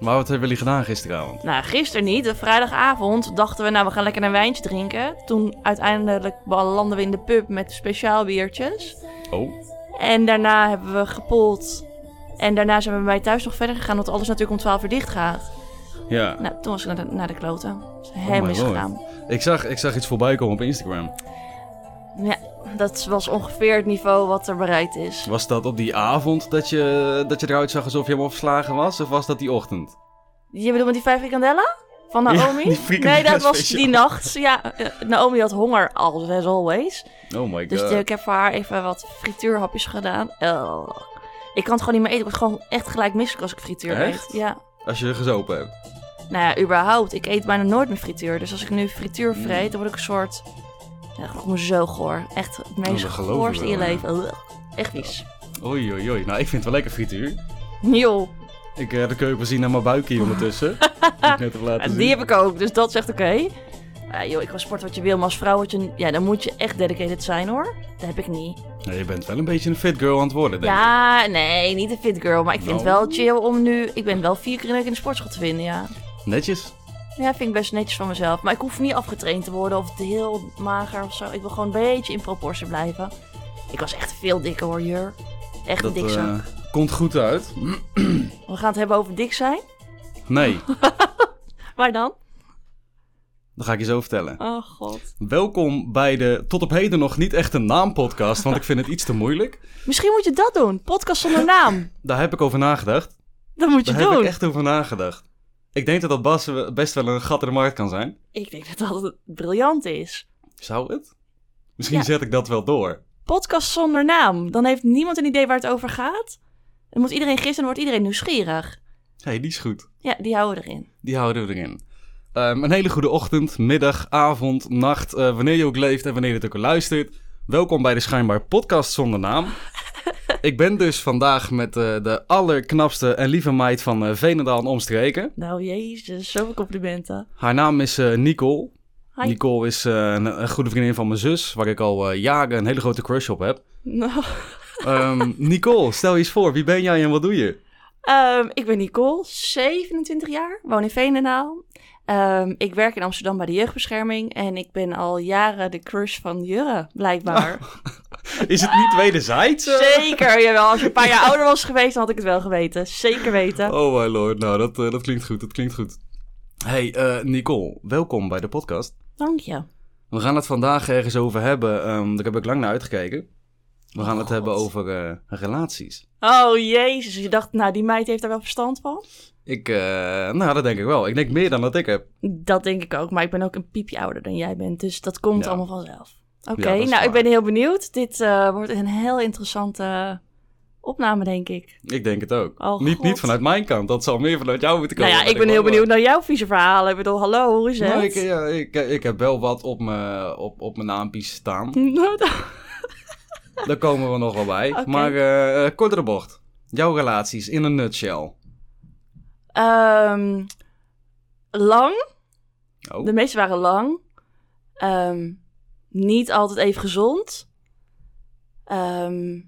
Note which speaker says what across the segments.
Speaker 1: Maar wat hebben jullie gedaan gisteravond?
Speaker 2: Nou, gisteren niet. De vrijdagavond dachten we, nou, we gaan lekker een wijntje drinken. Toen uiteindelijk belanden we in de pub met speciaal biertjes.
Speaker 1: Oh,
Speaker 2: En daarna hebben we gepoeld. En daarna zijn we bij mij thuis nog verder gegaan, want alles natuurlijk om 12 uur dicht gaat.
Speaker 1: ja.
Speaker 2: Nou, toen was ik naar de, naar de kloten. Dus
Speaker 1: Oh my
Speaker 2: hem is
Speaker 1: lord.
Speaker 2: gedaan.
Speaker 1: Ik zag, ik zag iets voorbij komen op Instagram.
Speaker 2: Ja, dat was ongeveer het niveau wat er bereid is.
Speaker 1: Was dat op die avond dat je, dat je eruit zag alsof je helemaal verslagen was? Of was dat die ochtend?
Speaker 2: Je bedoelt met die vijf frikandellen? Van
Speaker 1: Ja,
Speaker 2: Naomi?
Speaker 1: die frikandellen
Speaker 2: nee, dat was
Speaker 1: speciaal.
Speaker 2: die nacht. Ja, eh, Naomi had honger, als as always.
Speaker 1: Oh my god.
Speaker 2: Dus eh, ik heb voor haar even wat frituurhapjes gedaan. Oh. Ik kan het gewoon niet meer eten. Ik word gewoon echt gelijk misselijk als ik frituur
Speaker 1: Echt?
Speaker 2: eet. Ja.
Speaker 1: Als je gezopen hebt.
Speaker 2: Nou ja, überhaupt. Ik eet bijna nooit meer frituur. Dus als ik nu frituur
Speaker 1: Mm.
Speaker 2: vreet, dan word ik een soort... Ja, dat me zo goor. Echt het meest
Speaker 1: Nou, dat geloven
Speaker 2: goorste in je
Speaker 1: we wel, ja.
Speaker 2: leven. Ugh. Echt vies.
Speaker 1: Oei, oei, oei. Nou, ik vind het wel lekker frituur.
Speaker 2: Joh,
Speaker 1: Ik heb de keuken zien naar mijn buik hier ondertussen. Die ik net heb laten
Speaker 2: en
Speaker 1: zien.
Speaker 2: die heb ik ook. Dus dat zegt oké. Ah, joh, ik kan sporten wat je wil, maar als vrouw, wat je, ja, dan moet je echt dedicated zijn hoor. Dat heb ik niet.
Speaker 1: Nou, je bent wel een beetje een fit girl aan het worden, denk ik.
Speaker 2: Ja, nee, niet een fit girl. Maar ik vind het
Speaker 1: Nou.
Speaker 2: wel chill om nu... Ik ben wel vier keer in de week in de sportschool te vinden, ja.
Speaker 1: Netjes.
Speaker 2: Ja, vind ik best netjes van mezelf. Maar ik hoef niet afgetraind te worden of te heel mager of zo. Ik wil gewoon een beetje in proportie blijven. Ik was echt veel dikker hoor, Jur. Echt een
Speaker 1: Dat
Speaker 2: dik
Speaker 1: eh,
Speaker 2: zak.
Speaker 1: komt goed uit.
Speaker 2: We gaan het hebben over dik zijn.
Speaker 1: Nee,
Speaker 2: Waar dan?
Speaker 1: dat ga ik je zo vertellen.
Speaker 2: Oh god.
Speaker 1: Welkom bij de tot op heden nog niet echt een naampodcast, want ik vind het iets te moeilijk.
Speaker 2: Misschien moet je dat doen. Podcast zonder naam.
Speaker 1: Daar heb ik over nagedacht.
Speaker 2: Dat moet je
Speaker 1: Daar heb
Speaker 2: doen.
Speaker 1: ik
Speaker 2: Ik,
Speaker 1: echt over nagedacht. Ik denk dat dat Bas we- best wel een gat in de markt kan zijn.
Speaker 2: denk dat dat briljant is.
Speaker 1: Zou het? Misschien
Speaker 2: Ja.
Speaker 1: zet ik dat wel door.
Speaker 2: Podcast zonder naam. Dan heeft niemand een idee waar het over gaat. Dan moet iedereen gisteren, dan wordt iedereen nieuwsgierig.
Speaker 1: Hé, hey, die is goed.
Speaker 2: Ja, die houden we erin.
Speaker 1: Die houden we erin. Ehm, een hele goede ochtend, middag, avond, nacht, eh, wanneer je ook leeft en wanneer je het ook luistert. Welkom bij de schijnbaar podcast zonder naam. ik ben dus vandaag met eh, de allerknapste en lieve meid van eh, Veenendaal en omstreken.
Speaker 2: Nou, jezus, zoveel complimenten.
Speaker 1: Haar naam is eh, Nicole.
Speaker 2: Hi.
Speaker 1: Nicole is eh, een, een goede vriendin van mijn zus, waar ik al eh, jaren een hele grote crush op heb.
Speaker 2: Nou,
Speaker 1: Ehm, Nicole, stel je eens voor, wie ben jij en wat doe je?
Speaker 2: Ehm, ik ben Nicole, 27 jaar, woon in Veenendaal. Ehm, ik werk in Amsterdam bij de jeugdbescherming en ik ben al jaren de crush van Jurre, blijkbaar.
Speaker 1: Is het niet wederzijds? eh?
Speaker 2: Zeker, jawel. Als je een paar jaar ouder was geweest, dan had ik het wel geweten. Zeker weten.
Speaker 1: Oh my lord, nou dat, eh, dat klinkt goed, dat klinkt goed. Hey eh, Nicole, welkom bij de podcast.
Speaker 2: Dank je.
Speaker 1: We gaan het vandaag ergens over hebben, ehm, daar heb ik lang naar uitgekeken. We gaan het
Speaker 2: Oh, God.
Speaker 1: hebben over eh, relaties.
Speaker 2: Oh jezus, je dacht, nou die meid heeft daar wel verstand van?
Speaker 1: Ik, eh, nou dat denk ik wel. Ik denk meer dan dat ik heb.
Speaker 2: Dat denk ik ook, maar ik ben ook een piepje ouder dan jij bent, dus dat komt
Speaker 1: Ja.
Speaker 2: allemaal vanzelf. Oké,
Speaker 1: Ja, dat is
Speaker 2: nou
Speaker 1: waar.
Speaker 2: ik ben heel benieuwd. Dit eh, wordt een heel interessante opname, denk ik.
Speaker 1: Ik denk het ook.
Speaker 2: Oh,
Speaker 1: niet,
Speaker 2: God.
Speaker 1: niet vanuit mijn kant, dat zal meer vanuit jou moeten
Speaker 2: Nou
Speaker 1: komen.
Speaker 2: ja, ik ben heel benieuwd naar jouw vieze verhalen. Ik bedoel, hallo, hoe is het?
Speaker 1: Nou, ik, ja, ik, ik heb wel wat op mijn op, op mijn naampies staan. eh, Daar komen we nog wel bij.
Speaker 2: Oké.
Speaker 1: Maar eh eh, kortere bocht. Jouw relaties in een nutshell.
Speaker 2: Ehm, lang.
Speaker 1: Oh.
Speaker 2: De meeste waren lang. Ehm, niet altijd even gezond. Ehm,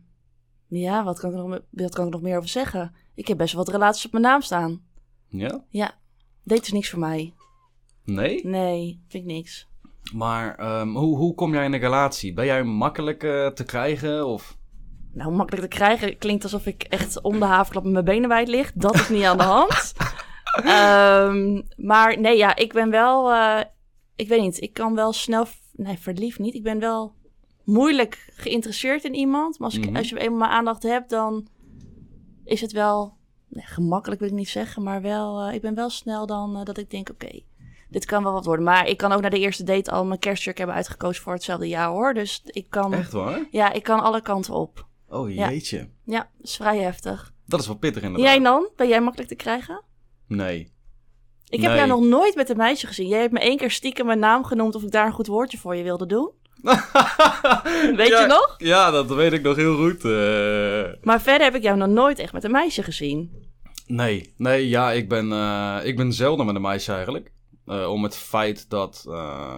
Speaker 2: ja, wat kan, ik er nog, me- wat kan ik er nog meer over zeggen? Ik heb best wel wat relaties op mijn naam staan.
Speaker 1: Ja?
Speaker 2: Deed dus niks voor mij.
Speaker 1: Nee?
Speaker 2: Nee, vind ik niks.
Speaker 1: Maar ehm, hoe, hoe kom jij in een relatie? Ben jij makkelijk eh, te krijgen? Of...
Speaker 2: Nou, makkelijk te krijgen klinkt alsof ik echt om de haverklap met mijn benen wijd lig. Dat is niet aan de hand. Ehm, maar nee, ja, ik ben wel... eh, ik weet niet, ik kan wel snel... v- Nee, verliefd niet. Ik ben wel moeilijk geïnteresseerd in iemand. Maar als, ik,
Speaker 1: Mhm.
Speaker 2: als je eenmaal mijn aandacht hebt, dan is het wel... Nee, gemakkelijk wil ik niet zeggen, maar wel... eh, ik ben wel snel dan eh, dat ik denk, oké, dit kan wel wat worden. Maar ik kan ook naar de eerste date al mijn kerstjurk hebben uitgekozen voor hetzelfde jaar, hoor. Dus ik kan...
Speaker 1: Echt waar?
Speaker 2: Ja, ik kan alle kanten op.
Speaker 1: Oh
Speaker 2: Ja.
Speaker 1: jeetje.
Speaker 2: Ja, dat is vrij heftig.
Speaker 1: Dat is wel pittig inderdaad.
Speaker 2: Jij dan? Ben jij makkelijk te krijgen?
Speaker 1: Nee.
Speaker 2: Ik
Speaker 1: Nee.
Speaker 2: heb jou nog nooit met een meisje gezien. Jij hebt me één keer stiekem mijn naam genoemd of ik daar een goed woordje voor je wilde doen. Weet
Speaker 1: Ja,
Speaker 2: je nog?
Speaker 1: Ja, dat weet ik nog heel goed. eh.
Speaker 2: Maar verder heb ik jou nog nooit echt met een meisje gezien.
Speaker 1: Nee, nee, ja, ik ben, eh, ik ben zelden met een meisje eigenlijk. Eh, om het feit dat... eh,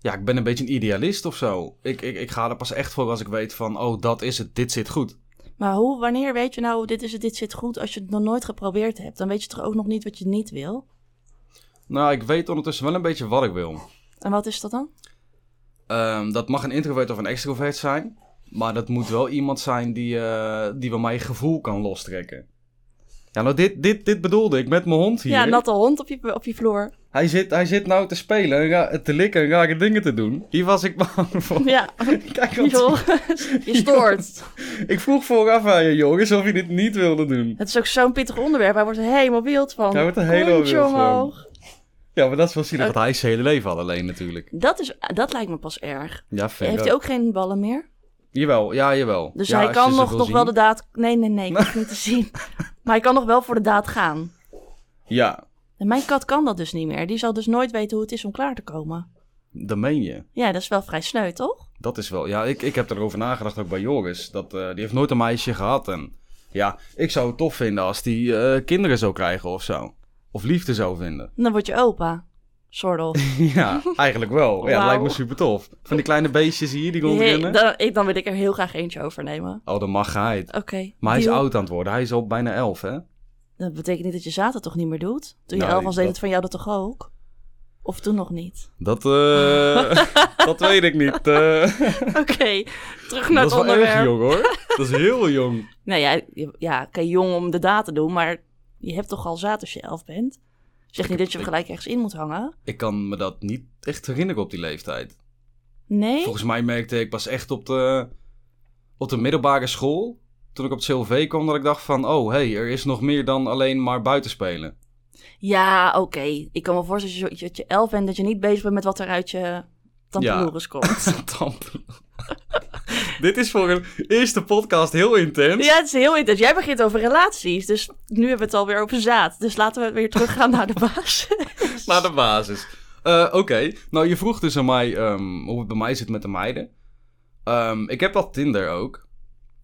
Speaker 1: Ja, ik ben een beetje een idealist of zo. Ik, ik, ik ga er pas echt voor als ik weet van... Oh, dat is het, dit zit goed.
Speaker 2: Maar hoe, wanneer weet je nou, dit is het, dit zit goed, als je het nog nooit geprobeerd hebt? Dan weet je toch ook nog niet wat je niet wil?
Speaker 1: Nou, ik weet ondertussen wel een beetje wat ik wil.
Speaker 2: En wat is dat dan?
Speaker 1: Ehm, dat mag een introvert of een extrovert zijn. Maar dat moet wel iemand zijn die, eh, die bij mij gevoel kan lostrekken. Ja, nou, dit, dit, dit bedoelde ik met mijn hond hier.
Speaker 2: Ja, natte hond op je, op je vloer.
Speaker 1: hij, zit, hij zit nou te spelen, en ra- te likken en rare dingen te doen. Hier was ik bang voor.
Speaker 2: Ja,
Speaker 1: Kijk wat-
Speaker 2: joh. je stoort.
Speaker 1: Ik vroeg vooraf aan je, Joris, of je dit niet wilde doen.
Speaker 2: Het is ook zo'n pittig onderwerp, hij wordt er helemaal wild van.
Speaker 1: Hij wordt er helemaal
Speaker 2: Kontje
Speaker 1: wild van.
Speaker 2: omhoog.
Speaker 1: Ja, maar dat is wel zielig,
Speaker 2: Ook-
Speaker 1: want hij is zijn hele leven al alleen natuurlijk.
Speaker 2: Dat, is, dat lijkt me pas erg.
Speaker 1: Ja, verder.
Speaker 2: Heeft hij ook geen ballen meer?
Speaker 1: Jawel, ja, jawel.
Speaker 2: Dus
Speaker 1: Ja,
Speaker 2: hij
Speaker 1: als je
Speaker 2: kan
Speaker 1: ze
Speaker 2: nog,
Speaker 1: wil
Speaker 2: nog
Speaker 1: zien.
Speaker 2: wel de daad... Nee, nee, nee, ik hoef niet te zien. Maar hij kan nog wel voor de daad gaan.
Speaker 1: Ja,
Speaker 2: En mijn kat kan dat dus niet meer. Die zal dus nooit weten hoe het is om klaar te komen.
Speaker 1: dat meen je.
Speaker 2: Ja, dat is wel vrij sneu, toch?
Speaker 1: Dat is wel. Ja, ik, ik heb erover nagedacht ook bij Joris. Dat, eh, die heeft nooit een meisje gehad. En ja, ik zou het tof vinden als die eh, kinderen zou krijgen of zo. Of liefde zou vinden.
Speaker 2: Dan word je opa. Soort of.
Speaker 1: ja, eigenlijk wel. Ja, dat
Speaker 2: Wauw.
Speaker 1: lijkt me super tof. Van die kleine beestjes hier die
Speaker 2: Hey,
Speaker 1: rondrennen.
Speaker 2: dan, ik, dan wil ik er heel graag eentje overnemen.
Speaker 1: Oh, dat mag hij.
Speaker 2: Oké.
Speaker 1: Maar hij is
Speaker 2: deal.
Speaker 1: oud aan het worden. Hij is al bijna elf, hè?
Speaker 2: Dat betekent niet dat je zaterdag toch niet meer doet? Toen je
Speaker 1: Nee,
Speaker 2: elf was, deed
Speaker 1: dat-
Speaker 2: het van jou dat toch ook? Of toen nog niet?
Speaker 1: Dat, eh, dat weet ik niet. eh.
Speaker 2: Oké, terug naar
Speaker 1: dat is wel
Speaker 2: het
Speaker 1: erg
Speaker 2: onderwerp.
Speaker 1: jong, hoor. Dat is heel jong.
Speaker 2: Nou ja, je- ja, oké, jong om de daad te doen, maar je hebt toch al zaad als je elf bent? Zeg niet dat je hem gelijk ergens in moet hangen.
Speaker 1: Ik kan me dat niet echt herinneren op die leeftijd.
Speaker 2: Nee?
Speaker 1: Volgens mij merkte ik pas echt op de, op de middelbare school, toen ik op het CLV kwam, dat ik dacht van, oh hey, er is nog meer dan alleen maar buitenspelen.
Speaker 2: Ja, oké. Ik kan me voorstellen dat je, zo- dat je elf bent, dat je niet bezig bent met wat er uit je tampeloeres komt.
Speaker 1: Tante. Dit is voor een eerste podcast heel intens.
Speaker 2: Ja, het is heel interessant. Jij begint over relaties, dus nu hebben we het alweer over zaad. Dus laten we weer teruggaan naar de baas.
Speaker 1: Naar de basis. Eh, Oké, nou je vroeg dus aan mij ehm, hoe het bij mij zit met de meiden. Ehm, ik heb wel Tinder ook.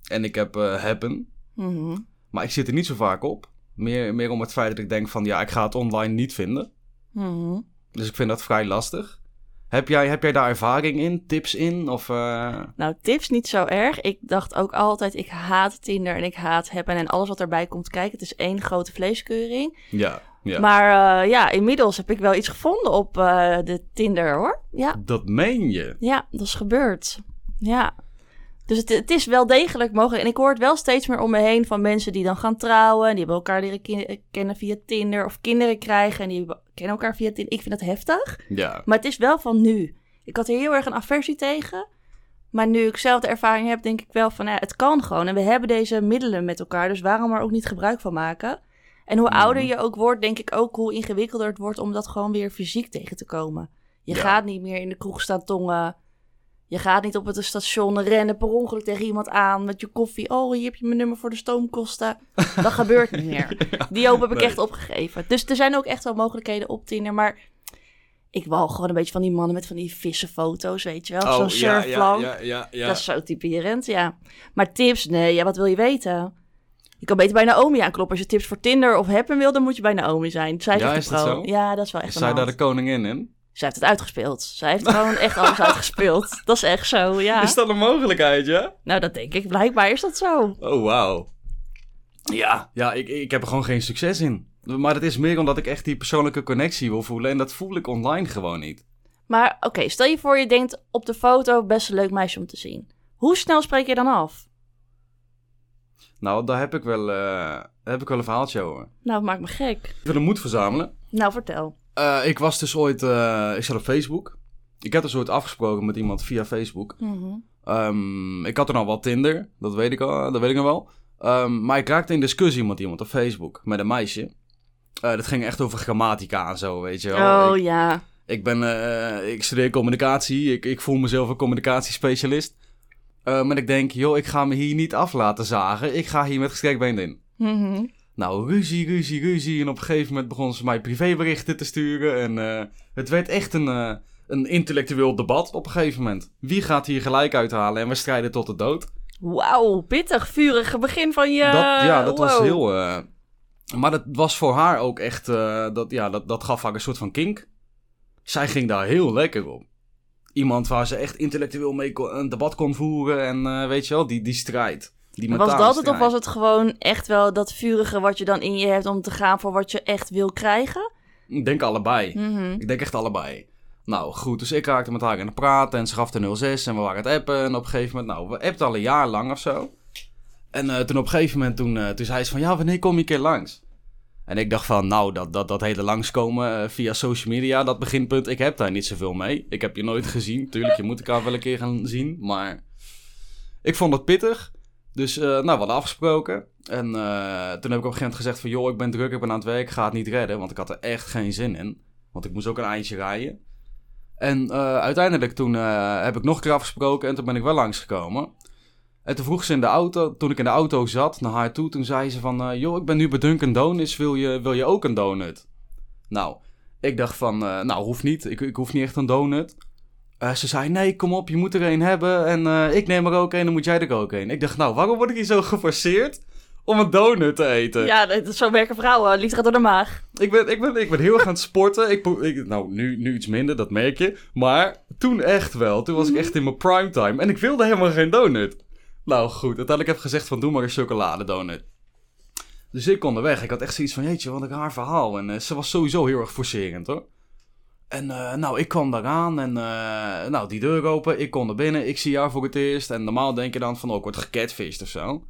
Speaker 1: En ik heb eh, Happen.
Speaker 2: Mhm.
Speaker 1: Maar ik zit er niet zo vaak op. Meer, meer om het feit dat ik denk van, ja, ik ga het online niet vinden.
Speaker 2: Mhm.
Speaker 1: Dus ik vind dat vrij lastig. Heb jij, heb jij daar ervaring in, tips in? Of, eh,
Speaker 2: Nou, tips niet zo erg. Ik dacht ook altijd, ik haat Tinder en ik haat Happen en alles wat erbij komt kijken. Het is één grote vleeskeuring.
Speaker 1: Ja, ja.
Speaker 2: Maar eh, ja, inmiddels heb ik wel iets gevonden op eh, de Tinder hoor. Ja,
Speaker 1: dat meen je.
Speaker 2: ja, dat is gebeurd. Ja. Dus het, het is wel degelijk mogelijk. En ik hoor het wel steeds meer om me heen van mensen die dan gaan trouwen. En die hebben elkaar leren kin- kennen via Tinder. Of kinderen krijgen en die hebben- kennen elkaar via Tinder. Ik vind dat heftig.
Speaker 1: Ja,
Speaker 2: Maar het is wel van nu. Ik had er heel erg een aversie tegen. Maar nu ik zelf de ervaring heb, denk ik wel van ja, het kan gewoon. En we hebben deze middelen met elkaar. Dus waarom er ook niet gebruik van maken? En hoe
Speaker 1: Mhm.
Speaker 2: ouder je ook wordt, denk ik ook hoe ingewikkelder het wordt om dat gewoon weer fysiek tegen te komen. Je
Speaker 1: Ja.
Speaker 2: gaat niet meer in de kroeg staan tongen. Je gaat niet op het station rennen per ongeluk tegen iemand aan met je koffie. Oh, hier heb je mijn nummer voor de stoomkosten. Dat gebeurt niet meer. Die hoop heb ik
Speaker 1: Nee.
Speaker 2: echt opgegeven. Dus er zijn ook echt wel mogelijkheden op Tinder. Maar ik wou gewoon een beetje van die mannen met van die vissenfoto's, weet je wel. Zo'n surfplank.
Speaker 1: Oh, Ja, ja, ja.
Speaker 2: Dat is zo typerend, ja. Maar tips, nee, ja, wat wil je weten? Je kan beter bij Naomi aankloppen. Als je tips voor Tinder of Happen wil, dan moet je bij Naomi zijn. Zij is,
Speaker 1: Ja,
Speaker 2: echt de
Speaker 1: is dat
Speaker 2: pro.
Speaker 1: zo?
Speaker 2: Ja, dat is wel echt
Speaker 1: Is
Speaker 2: een
Speaker 1: zij daar
Speaker 2: hand.
Speaker 1: de koningin in?
Speaker 2: Zij heeft het uitgespeeld. Zij heeft gewoon echt alles uitgespeeld. Dat is echt zo, ja.
Speaker 1: Is dat een mogelijkheid, ja?
Speaker 2: Nou, dat denk ik. Blijkbaar is dat zo.
Speaker 1: Oh, wauw. Ja, ja ik, ik heb er gewoon geen succes in. Maar dat is meer omdat ik echt die persoonlijke connectie wil voelen. En dat voel ik online gewoon niet.
Speaker 2: Maar oké, stel je voor je denkt op de foto best een leuk meisje om te zien. Hoe snel spreek je dan af?
Speaker 1: Nou, daar heb ik wel, eh, daar heb ik wel een verhaaltje over.
Speaker 2: Nou, dat maakt me gek.
Speaker 1: Ik wil een moed verzamelen.
Speaker 2: Nou, vertel.
Speaker 1: Eh, ik was dus ooit... eh, ik zat op Facebook. Ik had dus ooit afgesproken met iemand via Facebook.
Speaker 2: Oh,
Speaker 1: Ehm, ik had toen al wel Tinder, dat weet ik, al, dat weet ik nog wel. Ehm, maar ik raakte in discussie met iemand op Facebook, met een meisje. Eh, dat ging echt over grammatica en zo, weet je wel.
Speaker 2: Oh
Speaker 1: Ik,
Speaker 2: ja.
Speaker 1: ik, ben, eh, ik studeer communicatie, ik, ik voel mezelf een communicatiespecialist. Eh, maar ik denk, joh, ik ga me hier niet af laten zagen. Ik ga hier met gestrekt been in.
Speaker 2: Mhm.
Speaker 1: Nou, ruzie, ruzie, ruzie. En op een gegeven moment begonnen ze mij privéberichten te sturen. En eh, het werd echt een, eh, een intellectueel debat op een gegeven moment. Wie gaat hier gelijk uithalen en we strijden tot de dood?
Speaker 2: Wauw, pittig, vurige begin van je.
Speaker 1: dat, ja, dat was
Speaker 2: wow.
Speaker 1: heel. eh, maar dat was voor haar ook echt. eh, dat, ja, dat, dat gaf haar een soort van kink. Zij ging daar heel lekker op. Iemand waar ze echt intellectueel mee kon- een debat kon voeren. En eh, weet je wel, die, die strijd. Die
Speaker 2: Was
Speaker 1: metalen
Speaker 2: dat het of
Speaker 1: strijd.
Speaker 2: was het gewoon echt wel dat vurige wat je dan in je hebt om te gaan voor wat je echt wil krijgen?
Speaker 1: Ik denk allebei.
Speaker 2: Mhm.
Speaker 1: Ik denk echt allebei. Nou goed, dus ik raakte met haar aan het praten en ze gaf de 06 en we waren het appen. En op een gegeven moment, nou, we appten al een jaar lang of zo. En eh, toen op een gegeven moment, toen, eh, toen zei ze van, ja, wanneer kom je een keer langs? En ik dacht van, nou, dat, dat, dat hele langskomen eh, via social media, dat beginpunt, ik heb daar niet zoveel mee. Ik heb je nooit gezien. Tuurlijk, je moet elkaar wel een keer gaan zien, maar ik vond het pittig. Dus, eh, nou, we hadden afgesproken. En eh, toen heb ik op een gegeven moment gezegd van, joh, ik ben druk, ik ben aan het werk, ik ga het niet redden, want ik had er echt geen zin in. Want ik moest ook een eindje rijden. En eh, uiteindelijk toen eh, heb ik nog een keer afgesproken en toen ben ik wel langsgekomen. En toen vroeg ze in de auto, toen ik in de auto zat naar haar toe, toen zei ze van... eh, ...joh, ik ben nu bij Dunkin' Donuts, wil je, wil je ook een donut? Nou, ik dacht van, eh, nou hoeft niet, ik, ik hoef niet echt een donut. Eh, ze zei, nee, kom op, je moet er een hebben en eh, ik neem er ook een, dan moet jij er ook een. Ik dacht, nou, waarom word ik hier zo geforceerd om een donut te eten?
Speaker 2: Ja, dat- zo werken vrouwen. Liefde gaat door de maag.
Speaker 1: Ik ben, ik ben, ik ben heel erg aan het sporten. Ik, pro- ik, nou, nu, nu iets minder, dat merk je. Maar toen echt wel. Toen was ik echt in mijn primetime. En ik wilde helemaal geen donut. Nou goed, uiteindelijk heb ik gezegd van doe maar een chocoladedonut. Dus ik kon er weg. Ik had echt zoiets van, jeetje, wat een haar verhaal. En eh, ze was sowieso heel erg forcerend hoor. En eh, nou, ik kwam daaraan en eh, nou, die deur open. Ik kon er binnen. Ik zie haar voor het eerst. En normaal denk je dan van, oh, ik word gecatfished of zo.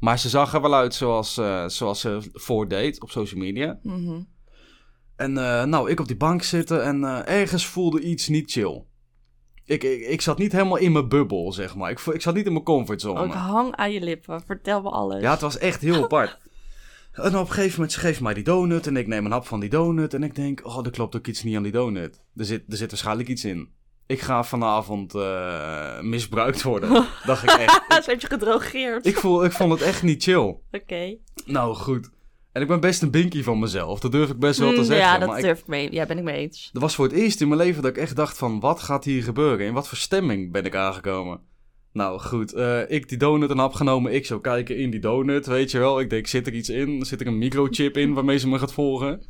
Speaker 1: Maar ze zag er wel uit zoals, eh, zoals ze voordeed op social media.
Speaker 2: Mhm.
Speaker 1: Oh, En eh, nou, ik op die bank zitten en eh, ergens voelde iets niet chill. Ik, ik, ik zat niet helemaal in mijn bubbel, zeg maar. Ik, vo- ik zat niet in mijn comfortzone.
Speaker 2: Ook hang aan je lippen. Vertel me alles.
Speaker 1: Ja, het was echt heel apart. En op een gegeven moment, ze geeft mij die donut en ik neem een hap van die donut. En ik denk, oh, er klopt ook iets niet aan die donut. Er zit, er zit waarschijnlijk iets in. Ik ga vanavond eh, misbruikt worden, dacht ik echt.
Speaker 2: Ah, ze heeft je gedrogeerd.
Speaker 1: Ik, voel, ik vond het echt niet chill.
Speaker 2: Oké.
Speaker 1: Nou, goed. En ik ben best een binkie van mezelf. Dat durf ik best wel te
Speaker 2: Mm,
Speaker 1: zeggen.
Speaker 2: ja, dat
Speaker 1: maar ik-
Speaker 2: durf ik mee. Ja, ben ik mee eens.
Speaker 1: Dat was voor het eerst in mijn leven dat ik echt dacht van, wat gaat hier gebeuren? In wat voor stemming ben ik aangekomen? Nou, goed. eh, ik die donut een hap genomen. Ik zou kijken in die donut, weet je wel. Ik denk, zit er iets in? Zit er een microchip in waarmee ze me gaat volgen?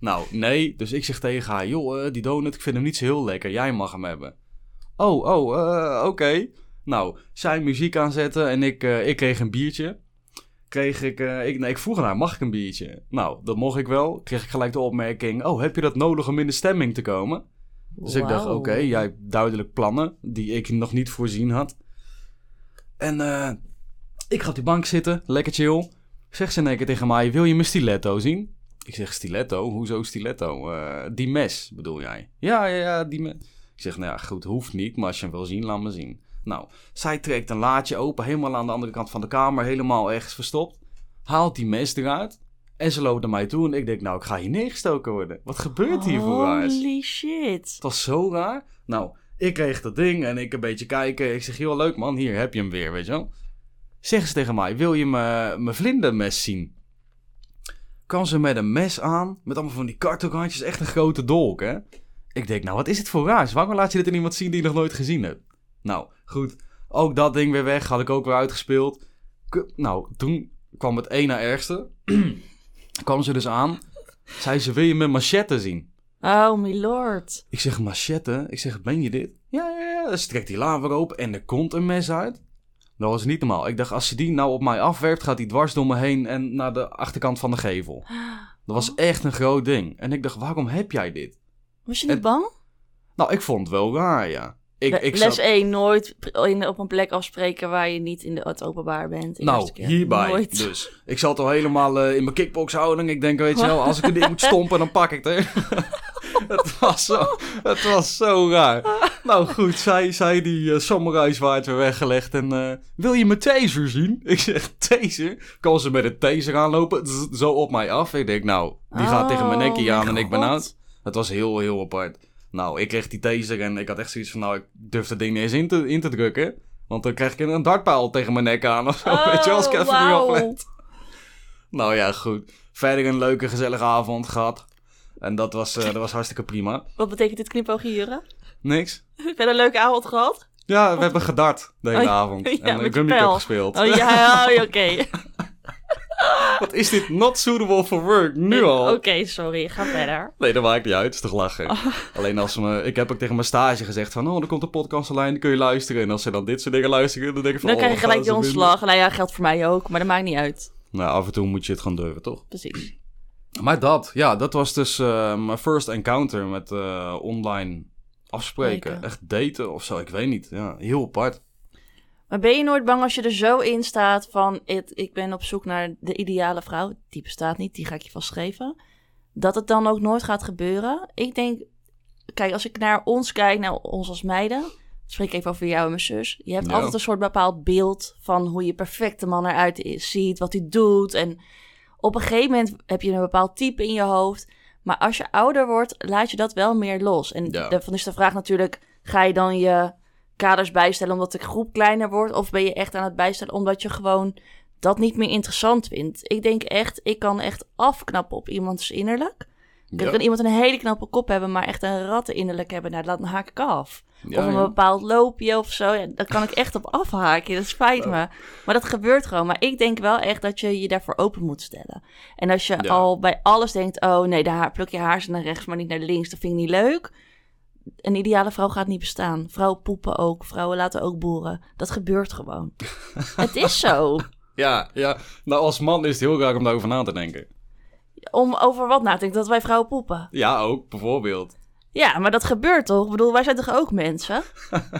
Speaker 1: Nou, nee. Dus ik zeg tegen haar, joh, eh, die donut, ik vind hem niet zo heel lekker. Jij mag hem hebben. Oh, oh, eh, oké. Nou, zij muziek aanzetten en ik, eh, ik kreeg een biertje. Kreeg ik, eh, ik, nee, ik vroeg aan haar, mag ik een biertje? Nou, dat mocht ik wel. Kreeg ik gelijk de opmerking, oh, heb je dat nodig om in de stemming te komen? Dus ik dacht, oké,
Speaker 2: Wauw.
Speaker 1: jij hebt duidelijk plannen die ik nog niet voorzien had. En eh, ik ga op die bank zitten, lekker chill. Zegt ze in één keer tegen mij, wil je mijn stiletto zien? Ik zeg, stiletto? Hoezo stiletto? Eh, die mes, bedoel jij? Ja, ja, ja, die mes. Ik zeg, nou ja, goed, hoeft niet, maar als je hem wil zien, laat me zien. Nou, zij trekt een laadje open, helemaal aan de andere kant van de kamer, helemaal ergens verstopt. Haalt die mes eruit en ze loopt naar mij toe en ik denk, nou, ik ga hier neergestoken worden. Wat gebeurt hier
Speaker 2: Oh,
Speaker 1: voor raars?
Speaker 2: Holy shit.
Speaker 1: Het was zo raar. Nou, ik kreeg dat ding en ik een beetje kijken. Ik zeg, joh, leuk man, hier heb je hem weer, weet je wel. Zeg ze tegen mij, wil je me- mijn vlindermes zien? Kan ze met een mes aan, met allemaal van die kartonkantjes, echt een grote dolk, hè? Ik denk, nou, wat is het voor raars? Waarom laat je dit aan iemand zien die je nog nooit gezien hebt? Nou, goed. Ook dat ding weer weg, had ik ook weer uitgespeeld. Ku- nou, toen kwam het een na ergste. kwam ze dus aan. Zei ze, wil je mijn machette zien?
Speaker 2: Oh, my lord.
Speaker 1: Ik zeg, machette? Ik zeg, ben je dit? Ja, ja, ja. Dus ze trekt die la weer open en er komt een mes uit. Dat was niet normaal. Ik dacht, als ze die nou op mij afwerpt, gaat die dwars door me heen en naar de achterkant van de gevel. Dat was echt een groot ding. En ik dacht, waarom heb jij dit?
Speaker 2: Was je niet
Speaker 1: En-
Speaker 2: bang?
Speaker 1: Nou, ik vond het wel raar, ja. Ik,
Speaker 2: Le-
Speaker 1: ik
Speaker 2: Les
Speaker 1: zat...
Speaker 2: 1, nooit pr- in, op een plek afspreken waar je niet in de, het openbaar bent. De
Speaker 1: Nou,
Speaker 2: eerste keer.
Speaker 1: hierbij
Speaker 2: Nooit.
Speaker 1: dus. Ik zat al helemaal eh, in mijn kickboxhouding. Ik denk, weet je wel, als ik het ding moet stompen, dan pak ik het. hè. het, was zo, het was zo raar. Nou goed, zij, zij die eh, samurai zwaard weer weggelegd. En eh, wil je mijn taser zien? Ik zeg, taser? Kan ze met een taser aanlopen? Zzz, Zo op mij af. Ik denk, nou, die gaat
Speaker 2: Oh,
Speaker 1: tegen mijn nekkie aan en
Speaker 2: mijn
Speaker 1: ik ben
Speaker 2: God.
Speaker 1: uit. Het was heel, heel apart. Nou, ik kreeg die taser en ik had echt zoiets van, nou, ik durf dat ding niet eens in te, in te drukken. Want dan krijg ik een dartpaal tegen mijn nek aan of zo. weet je wel, als ik
Speaker 2: Oh,
Speaker 1: even nu
Speaker 2: wauw.
Speaker 1: oplet. Nou ja, goed. Verder een leuke, gezellige avond gehad. En dat was, eh, dat was hartstikke prima.
Speaker 2: Wat betekent dit knipoog hier? hè?
Speaker 1: Niks.
Speaker 2: Heb je een leuke avond gehad?
Speaker 1: Ja, we hebben gedart de hele
Speaker 2: Oh, ja,
Speaker 1: avond.
Speaker 2: ja,
Speaker 1: en eh,
Speaker 2: met
Speaker 1: een
Speaker 2: je
Speaker 1: gummy cup
Speaker 2: pijl.
Speaker 1: gespeeld.
Speaker 2: Oh ja, oh, oké.
Speaker 1: Wat is dit not suitable for work nu al?
Speaker 2: Oké, sorry. Ga verder.
Speaker 1: Nee, dat maakt niet uit. Het is toch lachen.
Speaker 2: Oh.
Speaker 1: Alleen als ze me... Ik heb ook tegen mijn stage gezegd van... Oh, er komt een podcast online, die kun je luisteren. En als ze dan dit soort dingen luisteren, dan denk ik van...
Speaker 2: Dan
Speaker 1: oh,
Speaker 2: krijg je
Speaker 1: wat
Speaker 2: gelijk die
Speaker 1: gaan ze
Speaker 2: ontslag. Nou ja, geldt voor mij ook, maar dat maakt niet uit.
Speaker 1: vinden? Nou, af en toe moet je het gewoon durven, toch?
Speaker 2: Precies.
Speaker 1: Maar dat, ja, dat was dus eh, mijn first encounter met eh, online afspreken.
Speaker 2: Spreken.
Speaker 1: Echt daten of zo, ik weet niet. Ja, heel apart.
Speaker 2: Maar ben je nooit bang als je er zo in staat van... "It- ik ben op zoek naar de ideale vrouw. Die bestaat niet, die ga ik je vast geven. Dat het dan ook nooit gaat gebeuren. Ik denk... Kijk, als ik naar ons kijk, naar ons als meiden... Spreek even over jou en mijn zus. Je hebt
Speaker 1: Ja.
Speaker 2: altijd een soort bepaald beeld van hoe je perfecte man eruit is, ziet, wat hij doet. En op een gegeven moment heb je een bepaald type in je hoofd. Maar als je ouder wordt, laat je dat wel meer los. En
Speaker 1: Ja.
Speaker 2: daarvan is de vraag natuurlijk, ga je dan je kaders bijstellen omdat de groep kleiner wordt? Of ben je echt aan het bijstellen omdat je gewoon dat niet meer interessant vindt? Ik denk echt, ik kan echt afknappen op iemands innerlijk. Ik
Speaker 1: Ja.
Speaker 2: kan iemand een hele knappe kop hebben, maar echt een ratten innerlijk hebben. Nou, dan haak ik af.
Speaker 1: Ja,
Speaker 2: of een
Speaker 1: ja.
Speaker 2: bepaald loopje of zo. Ja, daar kan ik echt op afhaken. Dat spijt me. Maar dat gebeurt gewoon. Maar ik denk wel echt dat je je daarvoor open moet stellen. En als je
Speaker 1: Ja.
Speaker 2: al bij alles denkt... oh nee, de haar, pluk je haar ze naar rechts, maar niet naar links. Dat vind ik niet leuk. Een ideale vrouw gaat niet bestaan. Vrouwen poepen ook. Vrouwen laten ook boeren. Dat gebeurt gewoon. het is zo.
Speaker 1: Ja, ja. Nou, als man is het heel raar om daarover na te denken.
Speaker 2: Om over wat na te denken, dat wij vrouwen poepen.
Speaker 1: Ja, ook, bijvoorbeeld.
Speaker 2: Ja, maar dat gebeurt toch? Ik bedoel, wij zijn toch ook mensen?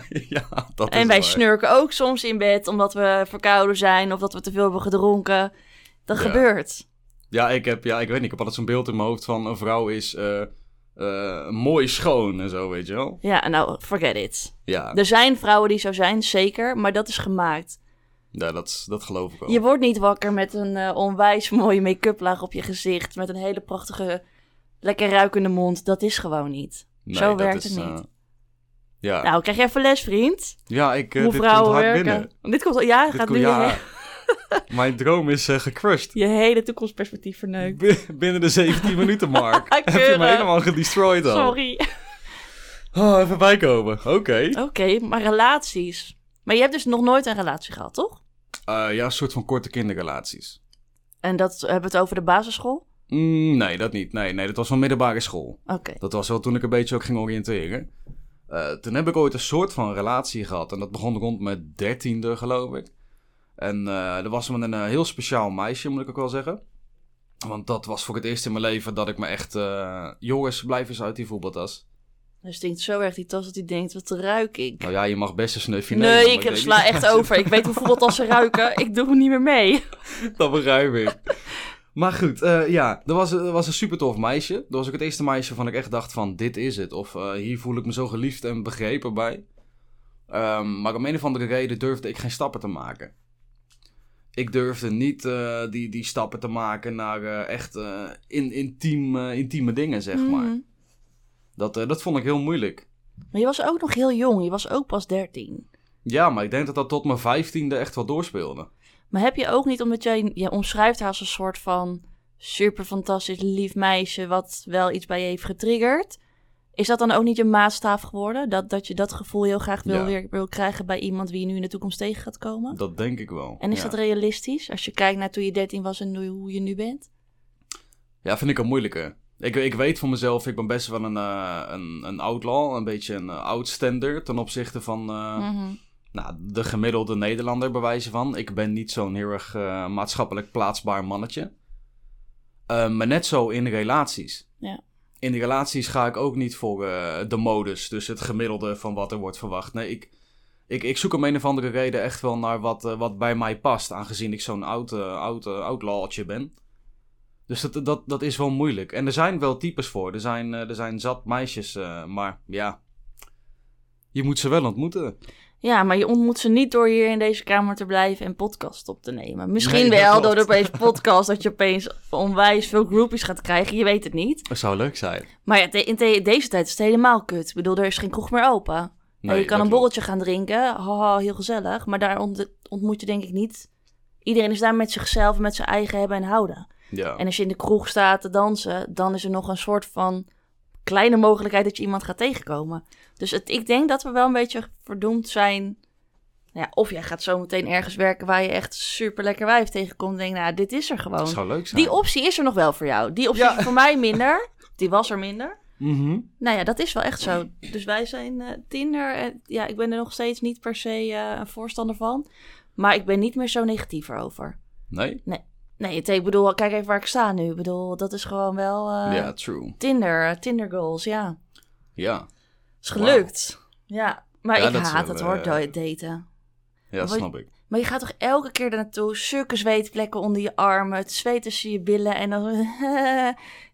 Speaker 1: ja, dat is
Speaker 2: En wij
Speaker 1: waar.
Speaker 2: snurken ook soms in bed omdat we verkouden zijn of dat we te veel hebben gedronken. Dat
Speaker 1: Ja.
Speaker 2: gebeurt.
Speaker 1: Ja, ik heb, ja, ik weet niet, ik heb altijd zo'n beeld in mijn hoofd van een vrouw is eh, eh, mooi schoon en zo, weet je wel?
Speaker 2: Ja, nou, forget it.
Speaker 1: Ja,
Speaker 2: Er zijn vrouwen die zo zijn, zeker, maar dat is gemaakt.
Speaker 1: ja dat, is- dat geloof ik wel.
Speaker 2: Je wordt niet wakker met een eh, onwijs mooie make-up laag op je gezicht, met een hele prachtige, lekker ruikende mond. Dat is gewoon niet.
Speaker 1: Nee,
Speaker 2: zo
Speaker 1: dat
Speaker 2: werkt
Speaker 1: is,
Speaker 2: het
Speaker 1: eh,
Speaker 2: niet.
Speaker 1: ja.
Speaker 2: Nou, krijg je even les, vriend?
Speaker 1: ja, ik, eh,
Speaker 2: Hoe
Speaker 1: dit komt hard
Speaker 2: vrouwen werken.
Speaker 1: binnen.
Speaker 2: Dit komt al, ja,
Speaker 1: Dit
Speaker 2: gaat
Speaker 1: komt-
Speaker 2: nu je,
Speaker 1: ja,
Speaker 2: he-
Speaker 1: mijn droom is eh, gecrushed.
Speaker 2: je hele toekomstperspectief verneukt.
Speaker 1: B- Binnen de 17 minuten, Mark. heb je me
Speaker 2: Keurig.
Speaker 1: helemaal gedestroyed al.
Speaker 2: Sorry.
Speaker 1: Oh, even bijkomen. Oké.
Speaker 2: Oké, maar relaties. Maar je hebt dus nog nooit een relatie gehad, toch?
Speaker 1: Eh, ja, een soort van korte kinderrelaties.
Speaker 2: En dat hebben we het over de basisschool?
Speaker 1: Mm, nee, dat niet. Nee, nee, dat was van middelbare school.
Speaker 2: Oké.
Speaker 1: Dat was wel toen ik een beetje ook ging oriënteren. Eh, toen heb ik ooit een soort van relatie gehad. En dat begon rond mijn dertiende, geloof ik. En eh dat was met een eh, heel speciaal meisje, moet ik ook wel zeggen. Want dat was voor het eerst in mijn leven dat ik me echt... eh jongens, blijf eens uit die voetbaltas.
Speaker 2: Hij stinkt Dus zo erg die tas dat hij denkt, wat ruik ik?
Speaker 1: Nou ja, je mag best een snufje
Speaker 2: nee,
Speaker 1: nemen. maar
Speaker 2: ik
Speaker 1: weet
Speaker 2: sla
Speaker 1: niet-
Speaker 2: echt over. Ik weet hoeveel tassen ruiken. Ik doe hem niet meer mee.
Speaker 1: Dat begrijp ik. Maar goed, eh, ja, er was, er was een super tof meisje. Dat was ook het eerste meisje waarvan ik echt dacht van, dit is het. Of eh, hier voel ik me zo geliefd en begrepen bij. Ehm, maar om een of andere reden durfde ik geen stappen te maken. Ik durfde niet eh, die, die stappen te maken naar eh, echt eh, in, intiem, eh, intieme dingen, zeg maar.
Speaker 2: Mhm.
Speaker 1: Dat, eh, dat vond ik heel moeilijk.
Speaker 2: Maar je was ook nog heel jong. Je was ook pas 13.
Speaker 1: Ja, maar ik denk dat dat tot mijn vijftiende echt wel doorspeelde.
Speaker 2: Maar heb je ook niet, omdat jij je omschrijft haar als een soort van super fantastisch lief meisje, wat wel iets bij je heeft getriggerd. Is dat dan ook niet je maatstaaf geworden? Dat, dat je dat gevoel heel graag wil,
Speaker 1: Ja.
Speaker 2: weer, wil krijgen bij iemand wie je nu in de toekomst tegen gaat komen?
Speaker 1: Dat denk ik wel.
Speaker 2: En is
Speaker 1: ja.
Speaker 2: dat realistisch als je kijkt naar toen je 13 was en nu- hoe je nu bent?
Speaker 1: Ja, vind ik een moeilijke. Ik, ik weet van mezelf, ik ben best wel een, eh, een, een outlaw, een beetje een eh, outstander ten opzichte van eh,
Speaker 2: Mhm.
Speaker 1: nou, de gemiddelde Nederlander, bij wijze van. Ik ben niet zo'n heel erg eh, maatschappelijk plaatsbaar mannetje. Eh, maar net zo in relaties.
Speaker 2: Ja.
Speaker 1: In die relaties ga ik ook niet voor eh, de modus, dus het gemiddelde van wat er wordt verwacht. Nee, ik, ik, ik zoek om een of andere reden echt wel naar wat, eh, wat bij mij past, aangezien ik zo'n oud, eh, oud, eh, outlawtje ben. Dus dat, dat, dat is wel moeilijk. En er zijn wel types voor. Er zijn, eh, er zijn zat meisjes, eh, maar ja, je moet ze wel ontmoeten.
Speaker 2: Ja, maar je ontmoet ze niet door hier in deze kamer te blijven en podcast op te nemen.
Speaker 1: Nee,
Speaker 2: Misschien
Speaker 1: dat
Speaker 2: wel
Speaker 1: klopt.
Speaker 2: door opeens podcast dat je opeens onwijs veel groupies gaat krijgen. Je weet het niet.
Speaker 1: Dat zou leuk zijn.
Speaker 2: Maar ja, te- in te- deze tijd is het helemaal kut. Ik bedoel, er is geen kroeg meer open.
Speaker 1: Nee,
Speaker 2: en je kan
Speaker 1: dat
Speaker 2: een borreltje gaan drinken. Haha, heel gezellig. Maar daar ont- ontmoet je denk ik niet. Iedereen is daar met zichzelf en met zijn eigen hebben en houden.
Speaker 1: Ja.
Speaker 2: En als je in de kroeg staat te dansen, dan is er nog een soort van kleine mogelijkheid dat je iemand gaat tegenkomen. Dus het, ik denk dat we wel een beetje verdoemd zijn Nou ja, of jij gaat zo meteen ergens werken waar je echt super lekker wijf tegenkomt. En denkt, nou, dit is er
Speaker 1: Dat
Speaker 2: gewoon.
Speaker 1: zou leuk zijn.
Speaker 2: Die optie is er nog wel voor jou. Die optie
Speaker 1: Ja.
Speaker 2: is voor mij minder. Die was er minder.
Speaker 1: Mhm.
Speaker 2: Nou ja, dat is wel echt zo. Dus wij zijn eh, Tinder. eh, ja, ik ben er nog steeds niet per se eh, een voorstander van. Maar ik ben niet meer zo negatief erover.
Speaker 1: Nee?
Speaker 2: Nee, het- ik bedoel, kijk even waar ik sta nu. Ik bedoel, dat is gewoon wel eh,
Speaker 1: ja, true.
Speaker 2: Tinder. eh, Tinder goals, ja.
Speaker 1: Ja,
Speaker 2: Is gelukt. Ja, maar
Speaker 1: Ja,
Speaker 2: ik
Speaker 1: dat is
Speaker 2: haat
Speaker 1: wel,
Speaker 2: het hoor,
Speaker 1: eh,
Speaker 2: dat daten.
Speaker 1: ja
Speaker 2: Wat-
Speaker 1: snap ik.
Speaker 2: Maar je gaat toch elke keer daar naartoe, zulke zweetplekken onder je armen, het zweet tussen je billen en dan,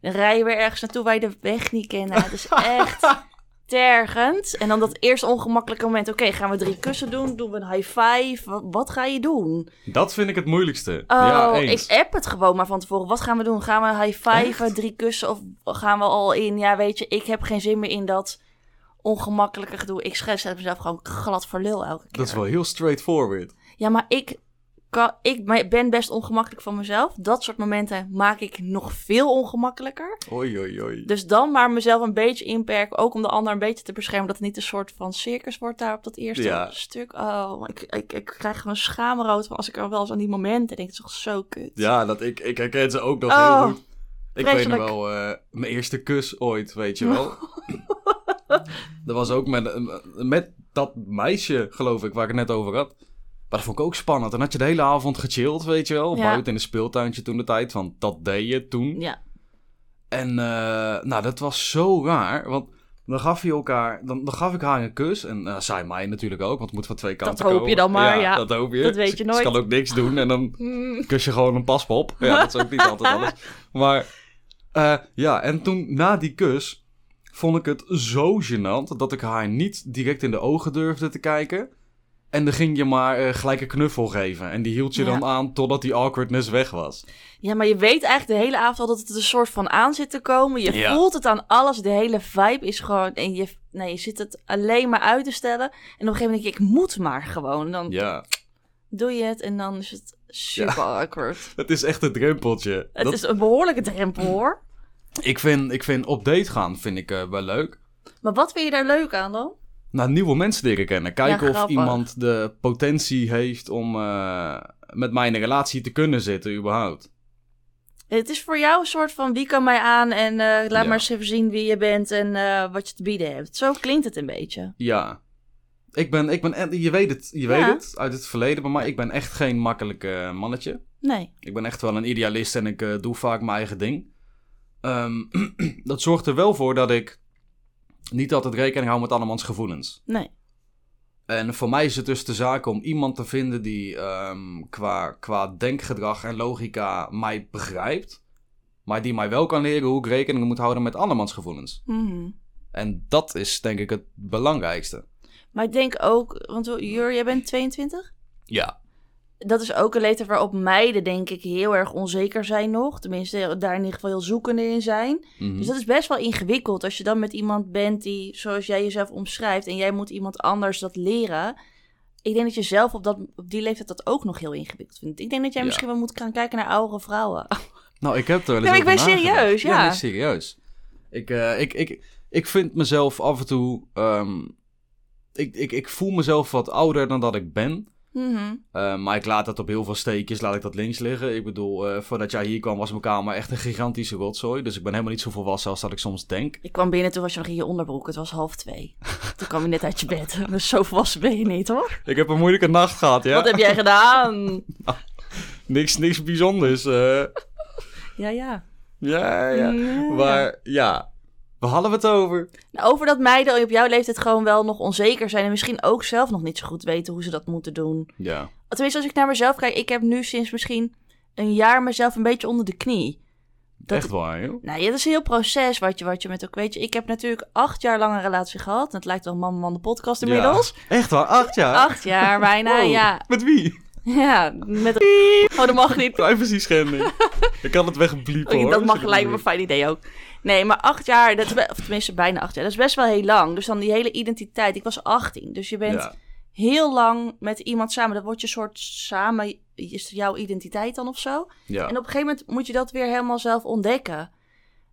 Speaker 2: dan rij je weer ergens naartoe waar je de weg niet kent. Nou, Het is echt tergend. En dan dat eerst ongemakkelijke moment, oké, gaan we drie kussen doen, doen we een high five, Wa- wat, ga je doen?
Speaker 1: Dat vind ik het moeilijkste.
Speaker 2: Oh,
Speaker 1: ja,
Speaker 2: ik
Speaker 1: eens.
Speaker 2: app het gewoon maar van tevoren, wat gaan we doen? Gaan we high five,
Speaker 1: Echt?
Speaker 2: drie kussen of gaan we al in? Ja, weet je, ik heb geen zin meer in dat ongemakkelijke gedoe. Ik schets zet mezelf gewoon glad voor lul elke keer.
Speaker 1: Dat is wel heel straightforward.
Speaker 2: Ja, maar ik, kan, ik me- ben best ongemakkelijk van mezelf. Dat soort momenten maak ik nog veel ongemakkelijker.
Speaker 1: Oei, oei, oei.
Speaker 2: Dus dan maar mezelf een beetje inperken. Ook om de ander een beetje te beschermen. Dat het niet een soort van circus wordt daar op dat eerste
Speaker 1: Ja.
Speaker 2: stuk. Oh, ik, ik, ik krijg gewoon schaamrood van als ik er wel eens aan die momenten denk. Het is toch zo kut.
Speaker 1: Ja, dat, ik, ik herken ze ook nog
Speaker 2: Oh,
Speaker 1: heel goed. Ik weet
Speaker 2: vreselijk.
Speaker 1: nog wel, eh, mijn eerste kus ooit, weet je wel. dat was ook met, met dat meisje, geloof ik, waar ik het net over had. Maar dat vond ik ook spannend. En had je de hele avond gechilled, weet je wel.
Speaker 2: Ja.
Speaker 1: Buiten in een speeltuintje toen de tijd, want dat deed je toen.
Speaker 2: Ja.
Speaker 1: En eh, nou, dat was zo raar, want dan gaf je elkaar, dan, dan gaf ik haar een kus en eh, zij mij natuurlijk ook, want het moet van twee kanten
Speaker 2: hoop je
Speaker 1: komen.
Speaker 2: dan maar, ja.
Speaker 1: dat hoop je.
Speaker 2: Dat weet
Speaker 1: Ze-
Speaker 2: je nooit.
Speaker 1: Ze kan ook niks doen en dan
Speaker 2: Mm.
Speaker 1: kus je gewoon een paspop. Ja, dat is ook niet altijd alles. Maar eh, ja, en toen na die kus vond ik het zo gênant dat ik haar niet direct in de ogen durfde te kijken. En dan ging je maar eh, gelijk een knuffel geven. En die hield je
Speaker 2: Ja.
Speaker 1: dan aan totdat die awkwardness weg was.
Speaker 2: Ja, maar je weet eigenlijk de hele avond al dat het een soort van aan zit te komen. Je
Speaker 1: Ja.
Speaker 2: voelt het aan alles. De hele vibe is gewoon... En je, nee, je zit het alleen maar uit te stellen. En op een gegeven moment denk je, ik moet maar gewoon. Dan
Speaker 1: Ja,
Speaker 2: doe je het en dan is het super awkward.
Speaker 1: het is echt een drempeltje.
Speaker 2: Het
Speaker 1: Dat-
Speaker 2: is een behoorlijke drempel hoor.
Speaker 1: Ik vind, ik vind op date gaan vind ik eh, wel leuk.
Speaker 2: Maar wat vind je daar leuk aan dan?
Speaker 1: Naar nieuwe mensen leren kennen. Kijken of
Speaker 2: grappig.
Speaker 1: iemand de potentie heeft om eh, met mij in een relatie te kunnen zitten, überhaupt.
Speaker 2: Het is voor jou een soort van wie kan mij aan en eh, laat
Speaker 1: Ja.
Speaker 2: maar eens even zien wie je bent en eh, wat je te bieden hebt. Zo klinkt het een beetje.
Speaker 1: Ja. Ik ben, ik ben en- je weet het, je weet
Speaker 2: Ja.
Speaker 1: het uit het verleden, maar mij- ik ben echt geen makkelijke mannetje.
Speaker 2: Nee.
Speaker 1: Ik ben echt wel een idealist en ik eh, doe vaak mijn eigen ding. Ehm, dat zorgt er wel voor dat ik niet altijd rekening hou met andermans gevoelens.
Speaker 2: Nee.
Speaker 1: En voor mij is het dus de zaak om iemand te vinden die ehm, qua, qua denkgedrag en logica mij begrijpt. Maar die mij wel kan leren hoe ik rekening moet houden met andermans gevoelens.
Speaker 2: Mhm.
Speaker 1: En dat is denk ik het belangrijkste.
Speaker 2: Maar ik denk ook, want Jur, jij bent 22?
Speaker 1: Ja.
Speaker 2: Dat is ook een leeftijd waarop meiden denk ik heel erg onzeker zijn nog. Tenminste, daar in ieder geval heel zoekende in zijn.
Speaker 1: Mhm.
Speaker 2: Dus dat is best wel ingewikkeld als je dan met iemand bent die, zoals jij jezelf omschrijft, en jij moet iemand anders dat leren. Ik denk dat je zelf op, dat, op die leeftijd dat ook nog heel ingewikkeld vindt. Ik denk dat jij
Speaker 1: Ja.
Speaker 2: misschien wel moet gaan kijken naar oudere vrouwen.
Speaker 1: Nou, ik heb er wel eens
Speaker 2: Nee, maar ik
Speaker 1: over
Speaker 2: ben
Speaker 1: nagedacht.
Speaker 2: serieus, ja.
Speaker 1: Ja, nee, serieus. Ik, eh, ik, ik, ik vind mezelf af en toe... ehm, ik, ik, ik voel mezelf wat ouder dan dat ik ben.
Speaker 2: Mhm.
Speaker 1: Eh, maar ik laat dat op heel veel steekjes, laat ik dat links liggen. Ik bedoel, eh, voordat jij hier kwam was mijn kamer echt een gigantische rotzooi. Dus ik ben helemaal niet zo volwassen als dat ik soms denk.
Speaker 2: Ik kwam binnen, toen was je nog in je onderbroek. Het was half twee. Toen kwam je net uit je bed. Dus zo volwassen ben je niet, hoor.
Speaker 1: Ik heb een moeilijke nacht gehad, ja.
Speaker 2: Wat heb jij gedaan?
Speaker 1: Niks, niks bijzonders. eh.
Speaker 2: Ja, ja.
Speaker 1: ja, ja.
Speaker 2: Mm, Ja.
Speaker 1: Maar ja, we hadden we het over.
Speaker 2: Nou, over dat meiden op jouw leeftijd gewoon wel nog onzeker zijn. En misschien ook zelf nog niet zo goed weten hoe ze dat moeten doen.
Speaker 1: Ja.
Speaker 2: Tenminste, als ik naar mezelf kijk, ik heb nu sinds misschien een jaar mezelf een beetje onder de knie. Dat-
Speaker 1: Echt waar, joh.
Speaker 2: Nou, ja, dat is een heel proces wat je, wat je met ook weet. Je, ik heb natuurlijk acht jaar lang een relatie gehad. En het lijkt wel man man de podcast inmiddels.
Speaker 1: Ja. Echt waar, acht jaar?
Speaker 2: Acht jaar bijna,
Speaker 1: Wow.
Speaker 2: ja.
Speaker 1: Met wie?
Speaker 2: Ja, met... Oh, dat mag niet.
Speaker 1: Privacy schending. ik kan het wegbliepen, hoor.
Speaker 2: dat
Speaker 1: als
Speaker 2: mag
Speaker 1: je
Speaker 2: gelijk,
Speaker 1: wil.
Speaker 2: maar fijn idee ook. Nee, maar acht jaar, dat is be- of tenminste bijna acht jaar, dat is best wel heel lang. Dus dan die hele identiteit. Ik was 18, dus je bent
Speaker 1: Ja.
Speaker 2: heel lang met iemand samen. Dat wordt je soort samen, is jouw identiteit dan of zo.
Speaker 1: ja.
Speaker 2: En op een gegeven moment moet je dat weer helemaal zelf ontdekken.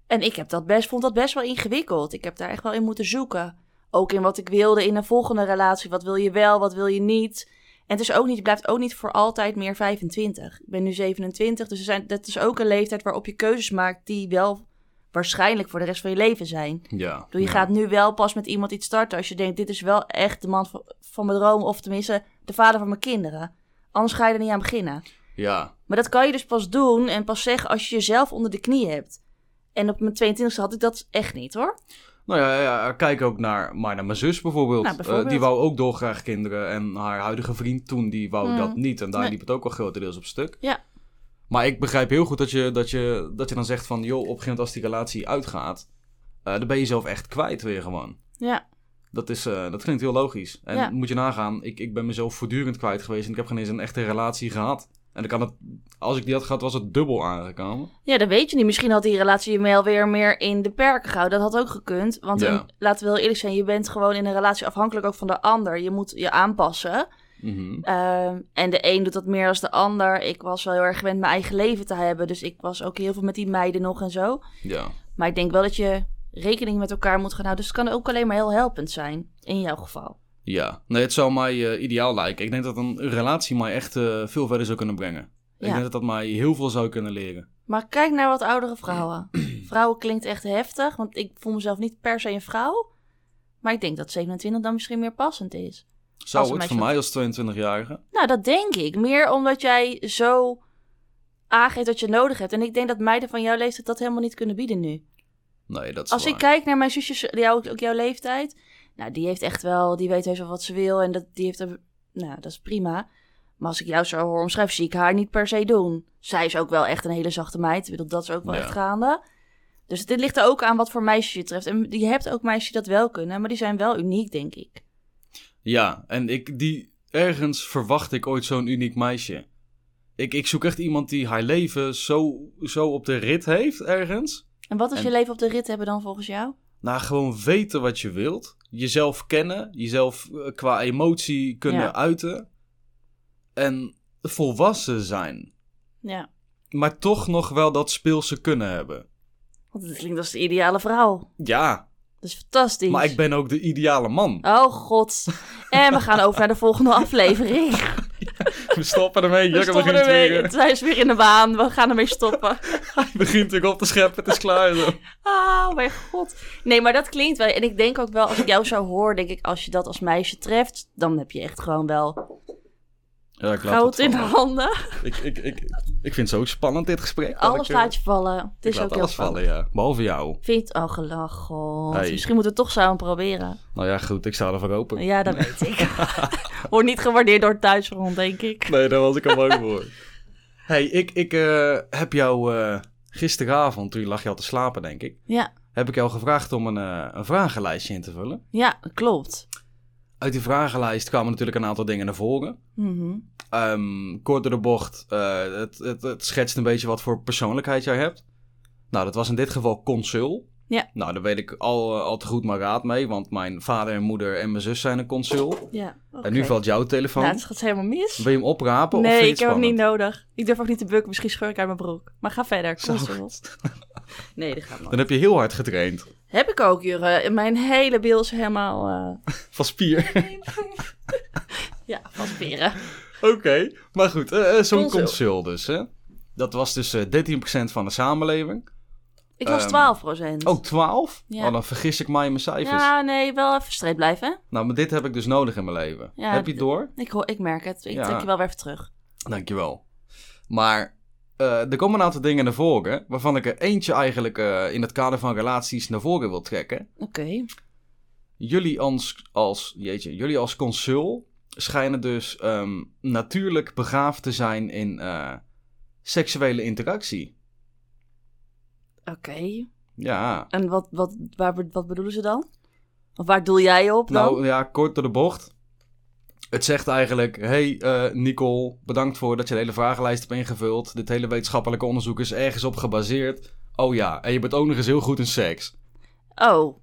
Speaker 2: En ik heb dat best, vond dat best wel ingewikkeld. Ik heb daar echt wel in moeten zoeken. Ook in wat ik wilde in een volgende relatie. Wat wil je wel, wat wil je niet? het is ook niet, je blijft ook niet voor altijd meer 25. Ik ben nu 27, dus er zijn, dat is ook een leeftijd waarop je keuzes maakt die wel waarschijnlijk voor de rest van je leven zijn.
Speaker 1: Ja.
Speaker 2: Ik bedoel, je
Speaker 1: ja.
Speaker 2: gaat nu wel pas met iemand iets starten als je denkt, dit is wel echt de man van, van mijn droom, of tenminste de vader van mijn kinderen. Anders ga je er niet aan beginnen.
Speaker 1: Ja.
Speaker 2: Maar dat kan je dus pas doen en pas zeggen als je jezelf onder de knie hebt. En op mijn 22e had ik dat echt niet hoor.
Speaker 1: Nou ja, ja, kijk ook naar, maar naar mijn zus bijvoorbeeld.
Speaker 2: Nou,
Speaker 1: Eh,
Speaker 2: bijvoorbeeld.
Speaker 1: die wou ook dolgraag kinderen. En haar huidige vriend toen, die wou
Speaker 2: Hmm.
Speaker 1: dat niet. En daar
Speaker 2: Nee.
Speaker 1: liep het ook wel grotendeels op stuk.
Speaker 2: Ja.
Speaker 1: Maar ik begrijp heel goed dat je, dat je, dat je dan zegt van... joh, op een gegeven moment als die relatie uitgaat... eh, dan ben je jezelf echt kwijt weer gewoon.
Speaker 2: Ja,
Speaker 1: Dat, is, eh, dat klinkt heel logisch. En
Speaker 2: Ja.
Speaker 1: moet je nagaan, ik, ik ben mezelf voortdurend kwijt geweest... en ik heb geen eens een echte relatie gehad. En dan kan het, als ik die had gehad, was het dubbel aangekomen.
Speaker 2: ja dat weet je niet. Misschien had die relatie je wel weer meer in de perken gehouden. Dat had ook gekund. Want
Speaker 1: Ja.
Speaker 2: een- laten we heel eerlijk zijn, je bent gewoon in een relatie afhankelijk ook van de ander. Je moet je aanpassen.
Speaker 1: Mhm.
Speaker 2: Ehm, en de een doet dat meer als de ander. Ik was wel heel erg gewend mijn eigen leven te hebben. Dus ik was ook heel veel met die meiden nog en zo.
Speaker 1: Ja.
Speaker 2: Maar ik denk wel dat je rekening met elkaar moet gaan houden. Dus het kan ook alleen maar heel helpend zijn. In jouw geval.
Speaker 1: Ja, nee, het zou mij eh, ideaal lijken. Ik denk dat een relatie mij echt eh, veel verder zou kunnen brengen. Ik
Speaker 2: Ja.
Speaker 1: denk dat dat mij heel veel zou kunnen leren.
Speaker 2: Maar kijk naar wat oudere vrouwen. Vrouwen klinkt echt heftig. Want ik voel mezelf niet per se een vrouw. Maar ik denk dat 27 dan misschien meer passend is.
Speaker 1: Zou
Speaker 2: Als een
Speaker 1: het voor mij als
Speaker 2: meisje
Speaker 1: 22-jarige?
Speaker 2: Nou, dat denk ik. Meer omdat jij zo aangeeft dat je nodig hebt. En ik denk dat meiden van jouw leeftijd dat helemaal niet kunnen bieden nu.
Speaker 1: Nee, dat is
Speaker 2: Als
Speaker 1: waar.
Speaker 2: ik kijk naar mijn zusjes, jou, ook jouw leeftijd. Nou, die heeft echt wel, die weet heus wel wat ze wil. En dat, die heeft, een- nou, dat is prima. Maar als ik jou zo hoor omschrijven, zie ik haar niet per se doen. Zij is ook wel echt een hele zachte meid. Ik bedoel, dat is ook wel
Speaker 1: Ja.
Speaker 2: echt gaande. Dus dit ligt er ook aan wat voor meisjes je treft. En je hebt ook meisjes die dat wel kunnen, maar die zijn wel uniek, denk ik.
Speaker 1: Ja, en ik, die, ergens verwacht ik ooit zo'n uniek meisje. Ik, ik zoek echt iemand die haar leven zo, zo op de rit heeft ergens.
Speaker 2: En wat is
Speaker 1: En-
Speaker 2: je leven op de rit hebben dan volgens jou?
Speaker 1: Nou, gewoon weten wat je wilt. Jezelf kennen. Jezelf eh, qua emotie kunnen
Speaker 2: Ja.
Speaker 1: uiten. En volwassen zijn.
Speaker 2: Ja,
Speaker 1: maar toch nog wel dat speelse kunnen hebben.
Speaker 2: want het klinkt als de ideale vrouw.
Speaker 1: Ja,
Speaker 2: Dat is fantastisch.
Speaker 1: maar ik ben ook de ideale man.
Speaker 2: Oh god. En we gaan over naar de volgende aflevering.
Speaker 1: We stoppen ermee.
Speaker 2: Oh. We
Speaker 1: Jurgen
Speaker 2: stoppen
Speaker 1: begint
Speaker 2: ermee.
Speaker 1: weer,
Speaker 2: Zij is weer in de waan. We gaan ermee stoppen.
Speaker 1: hij begint weer op te scheppen. Het is klaar. Zo.
Speaker 2: Oh, mijn god. Nee, maar dat klinkt wel. En ik denk ook wel, als ik jou zo hoor, denk ik, als je dat als meisje treft, dan heb je echt gewoon wel
Speaker 1: Ja, ik laat
Speaker 2: goud
Speaker 1: dat
Speaker 2: in de
Speaker 1: vallen.
Speaker 2: handen.
Speaker 1: Ik, ik, ik, ik vind het zo spannend, dit gesprek. dat
Speaker 2: Alles
Speaker 1: ik, eh,
Speaker 2: laat je vallen. Het
Speaker 1: ik
Speaker 2: is
Speaker 1: laat
Speaker 2: ook heel
Speaker 1: alles vallen,
Speaker 2: spannend.
Speaker 1: ja. Behalve jou.
Speaker 2: Vind oh gelach, god.
Speaker 1: Hey.
Speaker 2: Misschien moeten we het toch samen proberen.
Speaker 1: Nou ja, goed. Ik sta ervoor open.
Speaker 2: Ja, dat weet ik. Word niet gewaardeerd door het thuisfront, denk ik.
Speaker 1: Nee, daar was ik al bang voor. hey, ik, ik eh, heb jou eh, gisteravond, toen lag je al te slapen, denk ik,
Speaker 2: Ja,
Speaker 1: heb ik jou gevraagd om een, eh, een vragenlijstje in te vullen.
Speaker 2: ja, dat klopt.
Speaker 1: Uit die vragenlijst kwamen natuurlijk een aantal dingen naar voren.
Speaker 2: Mhm.
Speaker 1: Ehm, kort door de bocht, eh, het, het, het schetst een beetje wat voor persoonlijkheid jij hebt. Nou, dat was in dit geval consul.
Speaker 2: Ja.
Speaker 1: Nou, daar weet ik al, eh, al te goed mijn raad mee, want mijn vader en moeder en mijn zus zijn een consul.
Speaker 2: Ja, oké.
Speaker 1: En nu valt jouw telefoon.
Speaker 2: Nou, het gaat helemaal mis.
Speaker 1: Wil je hem oprapen of vind
Speaker 2: Nee,
Speaker 1: je
Speaker 2: ik
Speaker 1: het
Speaker 2: heb hem niet
Speaker 1: spannend?
Speaker 2: nodig. Ik durf ook niet te bukken. Misschien scheur ik uit mijn broek. Maar ga verder.
Speaker 1: Zo.
Speaker 2: Consol. Nee, dat gaat
Speaker 1: Dan
Speaker 2: maar.
Speaker 1: heb je heel hard getraind.
Speaker 2: Heb ik ook, Jurre. Mijn hele bil is helemaal... eh,
Speaker 1: Van spier.
Speaker 2: ja, van spieren.
Speaker 1: Oké, maar goed. eh, eh, Zo'n
Speaker 2: Consul.
Speaker 1: consul. dus, hè. Dat was dus eh 13% van de samenleving.
Speaker 2: Ik was
Speaker 1: Ehm,
Speaker 2: 12 procent.
Speaker 1: Oh, 12?
Speaker 2: Ja.
Speaker 1: Oh, dan vergis ik mij in mijn cijfers.
Speaker 2: Ja, nee, wel even streep blijven. hè?
Speaker 1: Nou, maar dit heb ik dus nodig in mijn leven.
Speaker 2: Ja,
Speaker 1: heb je het door?
Speaker 2: Ik, hoor, ik merk het. Ik
Speaker 1: Ja.
Speaker 2: trek je wel weer even terug.
Speaker 1: Dankjewel. Maar eh, er komen een aantal dingen naar voren, waarvan ik er eentje eigenlijk eh, in het kader van relaties naar voren wil trekken.
Speaker 2: Oké.
Speaker 1: Jullie als, als, jeetje, jullie als consul schijnen dus ehm, natuurlijk begaafd te zijn in eh, seksuele interactie.
Speaker 2: Oké.
Speaker 1: Ja.
Speaker 2: En wat, wat, waar, be- wat bedoelen ze dan? Of waar doel jij op dan?
Speaker 1: Nou ja, kort door de bocht. Het zegt eigenlijk, hey eh, Nicole, bedankt voor dat je de hele vragenlijst hebt ingevuld. Dit hele wetenschappelijke onderzoek is ergens op gebaseerd. Oh ja, en je bent ook nog eens heel goed in seks.
Speaker 2: Oh.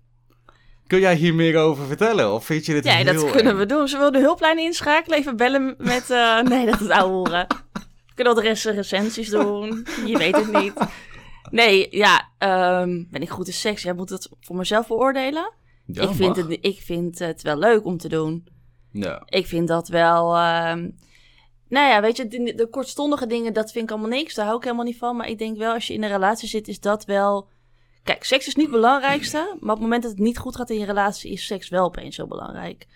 Speaker 1: Kun jij hier meer over vertellen? Of vind je dit
Speaker 2: Ja,
Speaker 1: heel
Speaker 2: dat kunnen
Speaker 1: eng?
Speaker 2: we doen. Ze wil de hulplijn inschakelen. Even bellen met... eh, nee, dat is ouwe hoeren. We kunnen wel de rest recensies doen. Je weet het niet. Nee, ja. ehm, ben ik goed in seks? Jij moet het voor mezelf beoordelen.
Speaker 1: Ja,
Speaker 2: ik, vind
Speaker 1: mag.
Speaker 2: het, ik vind het wel leuk om te doen.
Speaker 1: Ja.
Speaker 2: Ik vind dat wel. ehm, nou ja, weet je, de, de kortstondige dingen, dat vind ik allemaal niks. Daar hou ik helemaal niet van. Maar ik denk wel, als je in een relatie zit, is dat wel. Kijk, seks is niet het belangrijkste. Maar op het moment dat het niet goed gaat in je relatie, is seks wel opeens heel belangrijk.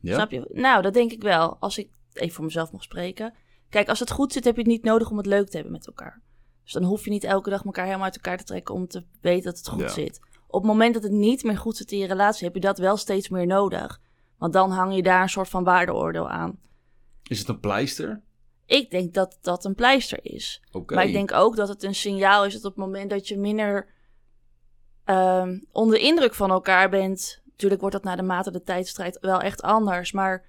Speaker 1: Ja?
Speaker 2: Snap je? Nou, dat denk ik wel. Als ik even voor mezelf mag spreken. Kijk, als het goed zit, heb je het niet nodig om het leuk te hebben met elkaar. Dus dan hoef je niet elke dag elkaar helemaal uit elkaar te trekken om te weten dat het goed
Speaker 1: Ja.
Speaker 2: zit. Op het moment dat het niet meer goed zit in je relatie, heb je dat wel steeds meer nodig. Want dan hang je daar een soort van waardeoordeel aan.
Speaker 1: Is het een pleister?
Speaker 2: Ik denk dat dat een pleister is.
Speaker 1: Oké.
Speaker 2: Maar ik denk ook dat het een signaal is dat op het moment dat je minder ehm, onder de indruk van elkaar bent. Natuurlijk wordt dat na de mate de tijdstrijd wel echt anders. Maar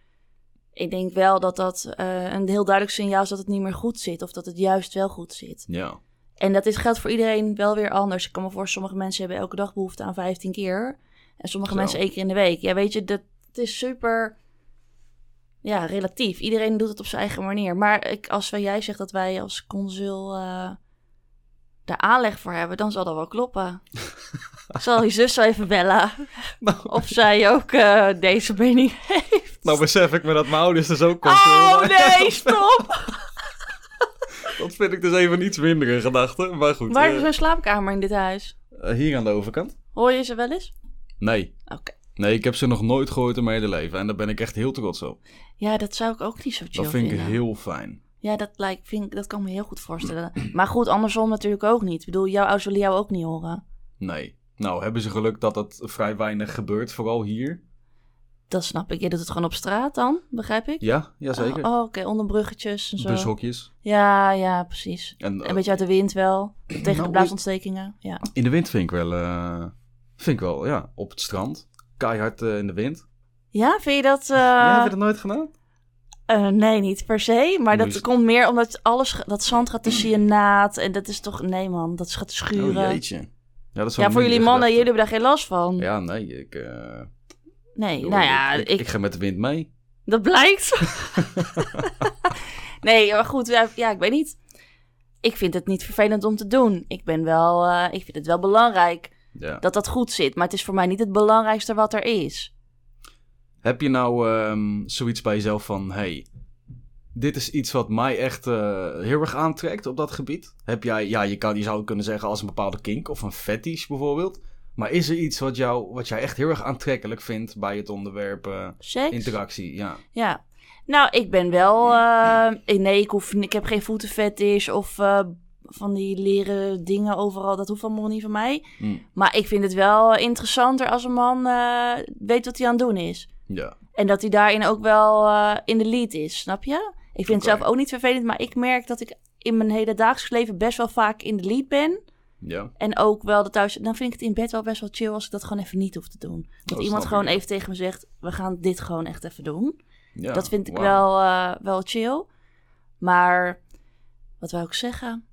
Speaker 2: ik denk wel dat dat eh, een heel duidelijk signaal is dat het niet meer goed zit. Of dat het juist wel goed zit.
Speaker 1: Ja.
Speaker 2: En dat is, geldt voor iedereen wel weer anders. Ik kan me voor sommige mensen hebben elke dag behoefte aan 15 keer. En sommige
Speaker 1: Zo.
Speaker 2: mensen één keer in de week. Ja, weet je, dat, het is super ja, relatief. Iedereen doet het op zijn eigen manier. Maar ik, als wij- jij zegt dat wij als consul eh, daar aanleg voor hebben, dan zal dat wel kloppen. ik zal je zus wel even bellen
Speaker 1: Nou,
Speaker 2: of zij ook eh, deze mening heeft.
Speaker 1: nou besef ik me dat mijn ouders dus ook
Speaker 2: oh
Speaker 1: controleren.
Speaker 2: nee, stop!
Speaker 1: Dat vind ik dus even iets minder in gedachten. Maar goed.
Speaker 2: Waar
Speaker 1: eh,
Speaker 2: is een slaapkamer in dit huis?
Speaker 1: eh, hier aan de overkant?
Speaker 2: Hoor je ze wel eens?
Speaker 1: Nee.
Speaker 2: Oké.
Speaker 1: Nee, ik heb ze nog nooit gehoord in mijn hele leven. En daar ben ik echt heel trots op.
Speaker 2: Ja, dat zou ik ook niet zo chill
Speaker 1: Dat vind ik
Speaker 2: vinden.
Speaker 1: heel fijn.
Speaker 2: Ja, dat, lijkt, vind, ik- dat kan me heel goed voorstellen. Maar goed, andersom natuurlijk ook niet. Ik bedoel, jouw ouders willen jou ook niet horen.
Speaker 1: Nee. Nou, hebben ze geluk dat dat vrij weinig gebeurt, vooral hier?
Speaker 2: Dat snap ik. Je doet het gewoon op straat dan, begrijp ik?
Speaker 1: Ja, jazeker.
Speaker 2: Oh, oh, oké, onder bruggetjes en zo.
Speaker 1: Bushokjes.
Speaker 2: Ja, ja, precies.
Speaker 1: En eh,
Speaker 2: Een beetje uit de wind wel. Tegen
Speaker 1: Nou,
Speaker 2: de blaasontstekingen. Ja.
Speaker 1: in de wind vind ik wel, eh, vind ik wel, ja, op het strand. Keihard eh, in de wind.
Speaker 2: ja, vind je dat... eh,
Speaker 1: Ja, heb je dat nooit gedaan?
Speaker 2: eh, nee, niet per se. Maar dat
Speaker 1: Moest-
Speaker 2: komt meer omdat alles... ge- Dat zand gaat tussen je naad. En dat is toch... Nee man, dat gaat schuren.
Speaker 1: Oh, jeetje. Ja, dat is wel
Speaker 2: ja, voor
Speaker 1: een
Speaker 2: jullie
Speaker 1: minder
Speaker 2: mannen, jullie
Speaker 1: gedachte.
Speaker 2: hebben daar geen last van.
Speaker 1: Ja, nee, ik... eh,
Speaker 2: Nee,
Speaker 1: joh,
Speaker 2: nou ja,
Speaker 1: ik, ik ga met de wind mee.
Speaker 2: Dat blijkt. nee, maar goed, ja, ja, ik weet niet. Ik vind het niet vervelend om te doen. Ik ben wel, eh, ik vind het wel belangrijk
Speaker 1: Ja.
Speaker 2: dat dat goed zit. Maar het is voor mij niet het belangrijkste wat er is.
Speaker 1: Heb je nou ehm, zoiets bij jezelf van, hey, dit is iets wat mij echt eh, heel erg aantrekt op dat gebied? Heb jij, ja, je, kan, je zou het kunnen zeggen als een bepaalde kink of een fetish bijvoorbeeld. Maar is er iets wat, jou, wat jij echt heel erg aantrekkelijk vindt bij het onderwerp eh,
Speaker 2: Seks?
Speaker 1: interactie? Ja.
Speaker 2: Ja. Nou, ik ben wel. eh, ik- nee, ik, hoef, ni- ik heb geen voetenfetish of eh, van die leren dingen overal. Dat hoeft allemaal niet van mij.
Speaker 1: Hm.
Speaker 2: Maar ik vind het wel interessanter als een man eh, weet wat hij aan het doen is.
Speaker 1: ja.
Speaker 2: En dat hij daarin ook wel eh, in de lead is, snap je? Ik vind
Speaker 1: Oké.
Speaker 2: het zelf ook niet vervelend, maar ik merk dat ik in mijn hedendaags leven best wel vaak in de lead ben.
Speaker 1: Ja.
Speaker 2: En ook wel dat thuis. Dan vind ik het in bed wel best wel chill als ik dat gewoon even niet hoef te doen. Dat
Speaker 1: Oh,
Speaker 2: iemand
Speaker 1: snap
Speaker 2: gewoon
Speaker 1: ik.
Speaker 2: even tegen me zegt: we gaan dit gewoon echt even doen.
Speaker 1: ja.
Speaker 2: dat vind ik
Speaker 1: Wauw.
Speaker 2: wel, eh, wel chill. Maar wat wou ik zeggen?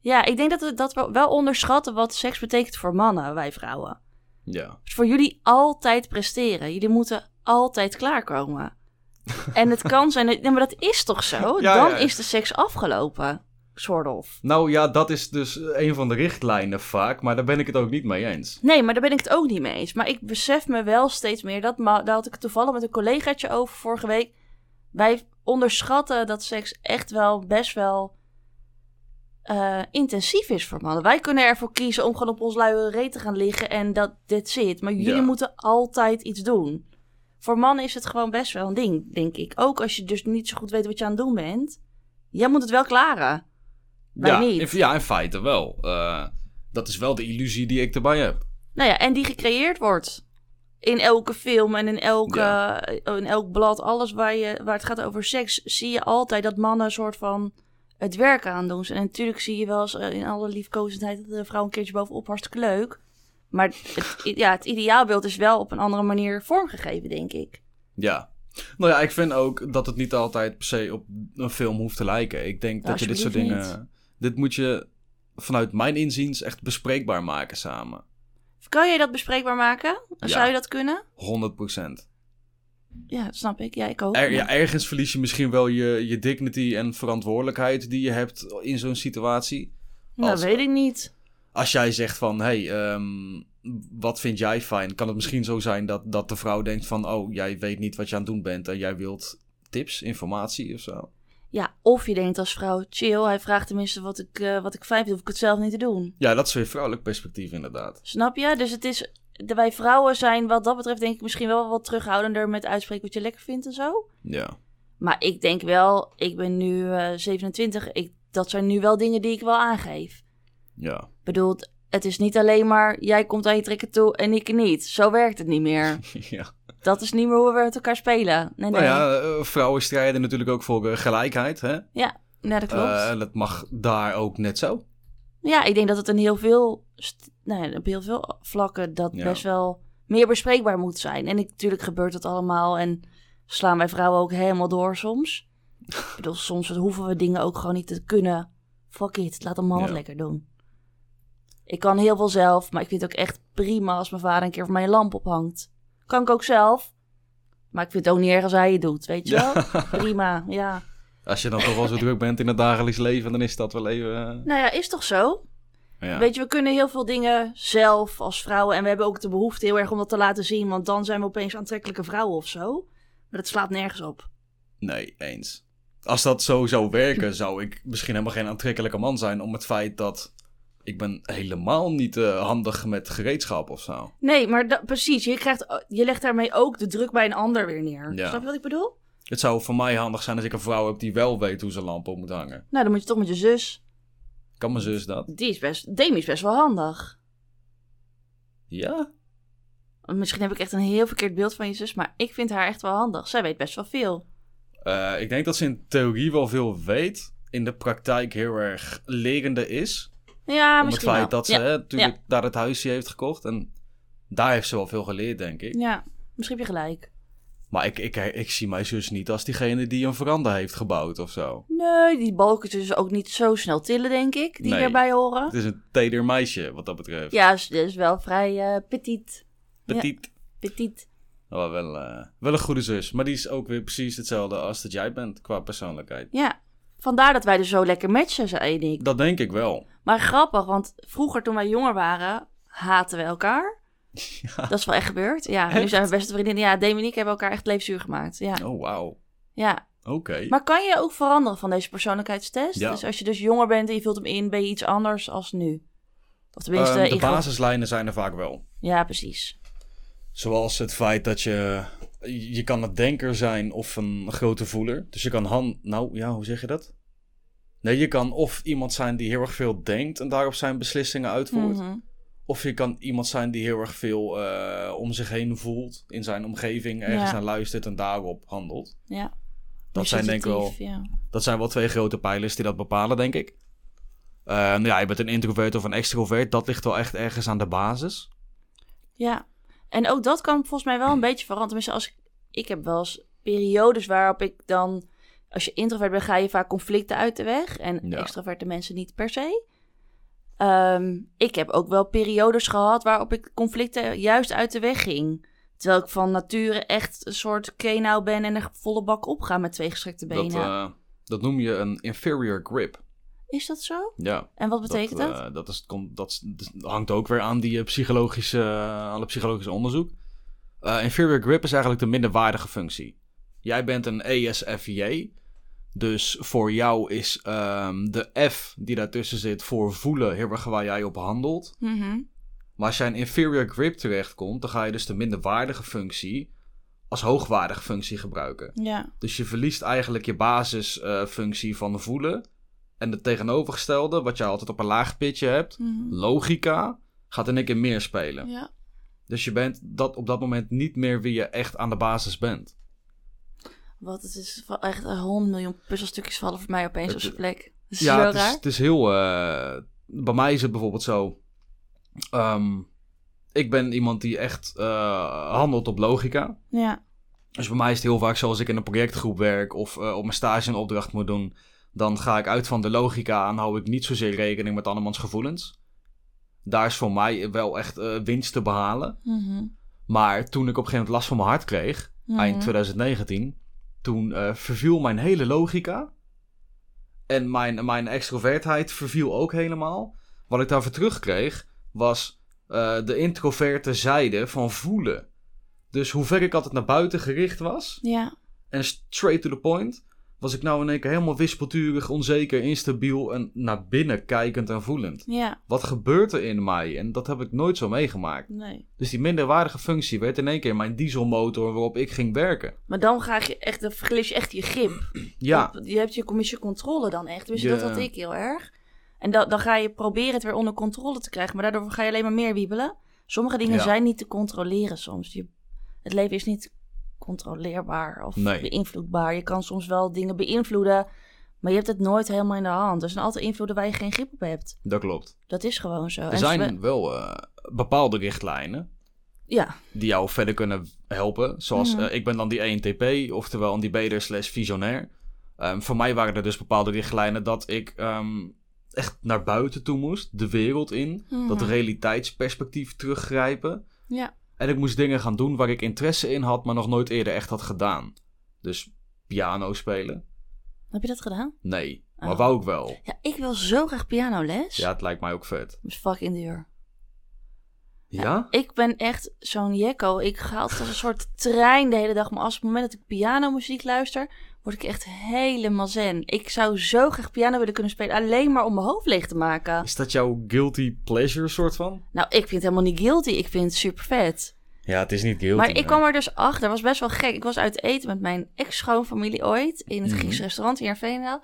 Speaker 2: Ja, ik denk dat we dat we wel onderschatten wat seks betekent voor mannen, wij vrouwen.
Speaker 1: Ja.
Speaker 2: Dus voor jullie altijd presteren. Jullie moeten altijd klaarkomen. En het kan zijn, dat- nee, maar dat is toch zo?
Speaker 1: Ja,
Speaker 2: Dan
Speaker 1: ja.
Speaker 2: is de seks afgelopen, soort of.
Speaker 1: Nou ja, dat is dus een van de richtlijnen vaak, maar daar ben ik het ook niet mee eens.
Speaker 2: Nee, maar daar ben ik het ook niet mee eens. Maar ik besef me wel steeds meer dat, ma- daar had ik het toevallig met een collegaatje over vorige week. Wij onderschatten dat seks echt wel best wel eh, intensief is voor mannen. Wij kunnen ervoor kiezen om gewoon op ons luie reet te gaan liggen en dat dit zit. Maar jullie
Speaker 1: Ja.
Speaker 2: moeten altijd iets doen. Voor mannen is het gewoon best wel een ding, denk ik. Ook als je dus niet zo goed weet wat je aan het doen bent. Jij moet het wel klaren. Wij
Speaker 1: ja,
Speaker 2: niet.
Speaker 1: In, ja, in feite wel. Eh, dat is wel de illusie die ik erbij heb.
Speaker 2: Nou ja, en die gecreëerd wordt. In elke film en in, elke, eh, in elk blad, alles waar, je, waar het gaat over seks, zie je altijd dat mannen een soort van het werk aandoen. En natuurlijk zie je wel eens eh, in alle liefkozendheid dat de vrouw een keertje bovenop hartstikke leuk. Maar het, ja, het ideaalbeeld is wel op een andere manier vormgegeven, denk ik.
Speaker 1: Ja. Nou ja, ik vind ook dat het niet altijd per se op een film hoeft te lijken. Ik denk
Speaker 2: Nou,
Speaker 1: dat je dit soort
Speaker 2: alsjeblieft
Speaker 1: dingen. Dit moet je vanuit mijn inziens echt bespreekbaar maken samen.
Speaker 2: Kan jij dat bespreekbaar maken?
Speaker 1: Ja.
Speaker 2: Zou je dat kunnen?
Speaker 1: 100 procent.
Speaker 2: Ja, dat snap ik. Ja, ik ook.
Speaker 1: ja, ergens verlies je misschien wel je, je dignity en verantwoordelijkheid die je hebt in zo'n situatie.
Speaker 2: Nou,
Speaker 1: als-
Speaker 2: weet ik niet.
Speaker 1: Als jij zegt van, hé, hey, ehm, wat vind jij fijn? Kan het misschien zo zijn dat, dat de vrouw denkt van... oh, jij weet niet wat je aan het doen bent... en jij wilt tips, informatie of zo?
Speaker 2: Ja, of je denkt als vrouw, chill, hij vraagt tenminste wat ik, eh, wat ik fijn vind, hoef ik het zelf niet te doen.
Speaker 1: Ja, dat is weer vrouwelijk perspectief inderdaad.
Speaker 2: Snap je? Dus het is, de, wij vrouwen zijn wat dat betreft denk ik misschien wel wat terughoudender met uitspreken wat je lekker vindt en zo.
Speaker 1: Ja.
Speaker 2: Maar ik denk wel, ik ben nu eh, 27, ik, dat zijn nu wel dingen die ik wel aangeef.
Speaker 1: Ja.
Speaker 2: Ik bedoel, het is niet alleen maar jij komt aan je trekken toe en ik niet. Zo werkt het niet meer.
Speaker 1: ja.
Speaker 2: Dat is niet meer hoe we met elkaar spelen. Nee, nee.
Speaker 1: Nou ja, eh, vrouwen strijden natuurlijk ook voor eh, gelijkheid. Hè?
Speaker 2: Ja, dat klopt.
Speaker 1: Eh, en dat mag daar ook net zo.
Speaker 2: Ja, ik denk dat het in heel veel, st- nou ja, op heel veel vlakken dat
Speaker 1: Ja.
Speaker 2: best wel meer bespreekbaar moet zijn. En ik- natuurlijk gebeurt dat allemaal en slaan wij vrouwen ook helemaal door soms. ik bedoel, soms hoeven we dingen ook gewoon niet te kunnen. Fuck it, laat een man het
Speaker 1: Ja.
Speaker 2: lekker doen. Ik kan heel veel zelf, maar ik vind het ook echt prima als mijn vader een keer voor mij een lamp ophangt. Kan ik ook zelf, maar ik vind het ook niet erg als hij het doet, weet je wel? Prima, ja.
Speaker 1: Als je dan toch wel zo druk bent in het dagelijks leven, dan is dat wel even...
Speaker 2: Nou ja, is toch zo?
Speaker 1: eh, ja.
Speaker 2: Weet je, we kunnen heel veel dingen zelf als vrouwen. En we hebben ook de behoefte heel erg om dat te laten zien. Want dan zijn we opeens aantrekkelijke vrouwen of zo. Maar dat slaat nergens op.
Speaker 1: Nee, eens. Als dat zo zou werken, zou ik misschien helemaal geen aantrekkelijke man zijn... om het feit dat ik ben helemaal niet eh, handig met gereedschap of zo.
Speaker 2: Nee, maar dat, precies. Je, krijgt, oh, je legt daarmee ook de druk bij een ander weer neer.
Speaker 1: Ja.
Speaker 2: Snap je wat ik bedoel?
Speaker 1: Het zou voor mij handig zijn als ik een vrouw heb die wel weet hoe ze lamp op moet hangen.
Speaker 2: Nou, dan moet je toch met je zus.
Speaker 1: Kan mijn zus dat?
Speaker 2: Die is best, Demi is best wel handig.
Speaker 1: Ja?
Speaker 2: Misschien heb ik echt een heel verkeerd beeld van je zus. Maar ik vind haar echt wel handig. Zij weet best wel veel.
Speaker 1: Eh, ik denk dat ze in theorie wel veel weet. In de praktijk heel erg lerende is.
Speaker 2: Ja,
Speaker 1: om het
Speaker 2: misschien
Speaker 1: feit
Speaker 2: wel.
Speaker 1: dat ze
Speaker 2: Ja.
Speaker 1: hè, natuurlijk daar het huisje heeft gekocht. En daar heeft ze wel veel geleerd, denk ik.
Speaker 2: ja, misschien heb je gelijk.
Speaker 1: Maar ik, ik, ik zie mijn zus niet als diegene die een veranda heeft gebouwd of zo.
Speaker 2: Nee, die balken dus ook niet zo snel tillen, denk ik. Die
Speaker 1: Nee.
Speaker 2: erbij horen.
Speaker 1: Het is een teder meisje, wat dat betreft.
Speaker 2: Ja, ze is wel vrij eh petit.
Speaker 1: Petit.
Speaker 2: Petit.
Speaker 1: Maar wel, eh, wel een goede zus. Maar die is ook weer precies hetzelfde als dat jij bent qua persoonlijkheid.
Speaker 2: Ja. Vandaar dat wij dus zo lekker matchen, zei ik.
Speaker 1: Dat denk ik wel.
Speaker 2: Maar grappig, want vroeger toen wij jonger waren, haatten we elkaar. Dat is wel echt gebeurd. Ja, en nu
Speaker 1: Echt?
Speaker 2: zijn we beste vriendinnen. Ja, Demi en ik hebben elkaar echt leefzuur gemaakt. Ja.
Speaker 1: Oh, wauw.
Speaker 2: ja.
Speaker 1: Oké.
Speaker 2: Maar kan je ook veranderen van deze persoonlijkheidstest?
Speaker 1: Ja.
Speaker 2: Dus als je dus jonger bent en je vult hem in, ben je iets anders als nu? Of tenminste,
Speaker 1: Ehm, de
Speaker 2: eh, ik ga-
Speaker 1: basislijnen zijn er vaak wel.
Speaker 2: Ja, precies.
Speaker 1: Zoals het feit dat je... Je kan een denker zijn of een grote voeler. Dus je kan han... Nou, ja, hoe zeg je dat? Nee, je kan of iemand zijn die heel erg veel denkt... en daarop zijn beslissingen uitvoert.
Speaker 2: Mhm.
Speaker 1: Of je kan iemand zijn die heel erg veel eh, om zich heen voelt... in zijn omgeving, ergens
Speaker 2: Ja.
Speaker 1: naar luistert en daarop handelt.
Speaker 2: Ja.
Speaker 1: Dat zijn denk ik wel...
Speaker 2: Initiatief, ja.
Speaker 1: Dat zijn wel twee grote pijlers die dat bepalen, denk ik. Eh, nou ja, je bent een introvert of een extrovert. Dat ligt wel echt ergens aan de basis.
Speaker 2: Ja, en ook dat kan volgens mij wel een beetje veranderen. Tenminste, als ik, ik heb wel eens periodes waarop ik dan... Als je introvert bent, ga je vaak conflicten uit de weg. En
Speaker 1: Ja.
Speaker 2: extroverte mensen niet per se. Ehm, ik heb ook wel periodes gehad waarop ik conflicten juist uit de weg ging. Terwijl ik van nature echt een soort kenau ben en er volle bak op ga met twee gestrekte benen.
Speaker 1: Dat, eh, dat noem je een inferior grip.
Speaker 2: Is dat zo?
Speaker 1: Ja.
Speaker 2: En wat betekent dat?
Speaker 1: eh, dat, is, het kon- dat, is- dat hangt ook weer aan, die eh, psychologische, eh, aan het psychologische onderzoek. Eh, inferior grip is eigenlijk de minderwaardige functie. Jij bent een ESFJ. Dus voor jou is ehm, de F die daartussen zit voor voelen heel erg waar jij op handelt.
Speaker 2: Mhm.
Speaker 1: Maar als jij een inferior grip terechtkomt, dan ga je dus de minderwaardige functie als hoogwaardige functie gebruiken.
Speaker 2: Ja,
Speaker 1: Dus je verliest eigenlijk je basisfunctie eh, van voelen. En het tegenovergestelde, wat je altijd op een laag pitje hebt,
Speaker 2: Mhm.
Speaker 1: logica, gaat in één keer meer spelen.
Speaker 2: ja.
Speaker 1: Dus je bent dat op dat moment niet meer wie je echt aan de basis bent.
Speaker 2: Wat, het is wel echt een honderd miljoen puzzelstukjes vallen voor mij opeens
Speaker 1: Het-
Speaker 2: op zijn plek. Dat is
Speaker 1: ja,
Speaker 2: zo
Speaker 1: het is,
Speaker 2: raar.
Speaker 1: het is heel. eh, bij mij is het bijvoorbeeld zo. ehm, ik ben iemand die echt eh, handelt op logica.
Speaker 2: Ja.
Speaker 1: Dus bij mij is het heel vaak zo als ik in een projectgroep werk of eh, op mijn stage een opdracht moet doen. Dan ga ik uit van de logica en hou ik niet zozeer rekening met andermans gevoelens. Daar is voor mij wel echt eh, winst te behalen.
Speaker 2: Mhm.
Speaker 1: Maar toen ik op een gegeven moment last van mijn hart kreeg,
Speaker 2: Mhm.
Speaker 1: eind 2019, toen eh, verviel mijn hele logica. En mijn, mijn extrovertheid verviel ook helemaal. Wat ik daarvoor terugkreeg was eh, de introverte zijde van voelen. Dus hoe ver ik altijd naar buiten gericht was
Speaker 2: Ja.
Speaker 1: en straight to the point, was ik nou in één keer helemaal wispelturig, onzeker, instabiel en naar binnen kijkend en voelend.
Speaker 2: Ja.
Speaker 1: Wat gebeurt er in mij? En dat heb ik nooit zo meegemaakt.
Speaker 2: Nee.
Speaker 1: Dus die minderwaardige functie werd in één keer mijn dieselmotor waarop ik ging werken.
Speaker 2: Maar dan ga je echt, dan verlies je echt je grip.
Speaker 1: Ja,
Speaker 2: Dat- Je hebt je commissie controle dan echt. Dus dat
Speaker 1: Ja.
Speaker 2: had ik heel erg. En dan dan ga je proberen het weer onder controle te krijgen. Maar daardoor ga je alleen maar meer wiebelen. Sommige dingen
Speaker 1: Ja.
Speaker 2: zijn niet te controleren soms. Je, het leven is niet controleerbaar of
Speaker 1: Nee.
Speaker 2: beïnvloedbaar. Je kan soms wel dingen beïnvloeden. Maar je hebt het nooit helemaal in de hand. Er zijn altijd invloeden waar je geen grip op hebt.
Speaker 1: dat klopt.
Speaker 2: Dat is gewoon zo.
Speaker 1: Er
Speaker 2: Oh, En
Speaker 1: zijn
Speaker 2: zwe-
Speaker 1: wel eh, bepaalde richtlijnen.
Speaker 2: Ja,
Speaker 1: die jou verder kunnen helpen. Zoals
Speaker 2: Mhm.
Speaker 1: eh, ik ben dan die 1TP, oftewel een debater slash visionair. Ehm, voor mij waren er dus bepaalde richtlijnen dat ik ehm, echt naar buiten toe moest, de wereld in, dat
Speaker 2: Mhm.
Speaker 1: realiteitsperspectief teruggrijpen.
Speaker 2: Ja.
Speaker 1: En ik moest dingen gaan doen waar ik interesse in had, maar nog nooit eerder echt had gedaan. Dus piano spelen?
Speaker 2: heb je dat gedaan?
Speaker 1: Nee. Maar
Speaker 2: Oh.
Speaker 1: wou ik wel.
Speaker 2: Ja, ik wil zo graag pianoles.
Speaker 1: Ja, het lijkt mij ook vet.
Speaker 2: Dat is fucking duur.
Speaker 1: Ja?
Speaker 2: Ik ben echt zo'n jekko. Ik ga altijd als een soort trein de hele dag. Maar als op het moment dat ik pianomuziek luister, word ik echt helemaal zen. Ik zou zo graag piano willen kunnen spelen, alleen maar om mijn hoofd leeg te maken.
Speaker 1: Is dat jouw guilty pleasure soort van?
Speaker 2: Nou, ik vind het helemaal niet guilty. Ik vind het super vet.
Speaker 1: Ja, het is niet guilty.
Speaker 2: Maar ik kwam er dus achter. was best wel gek. Ik was uit eten met mijn ex-schoonfamilie ooit in het
Speaker 1: Mhm.
Speaker 2: Griekse restaurant hier in Veenendaal.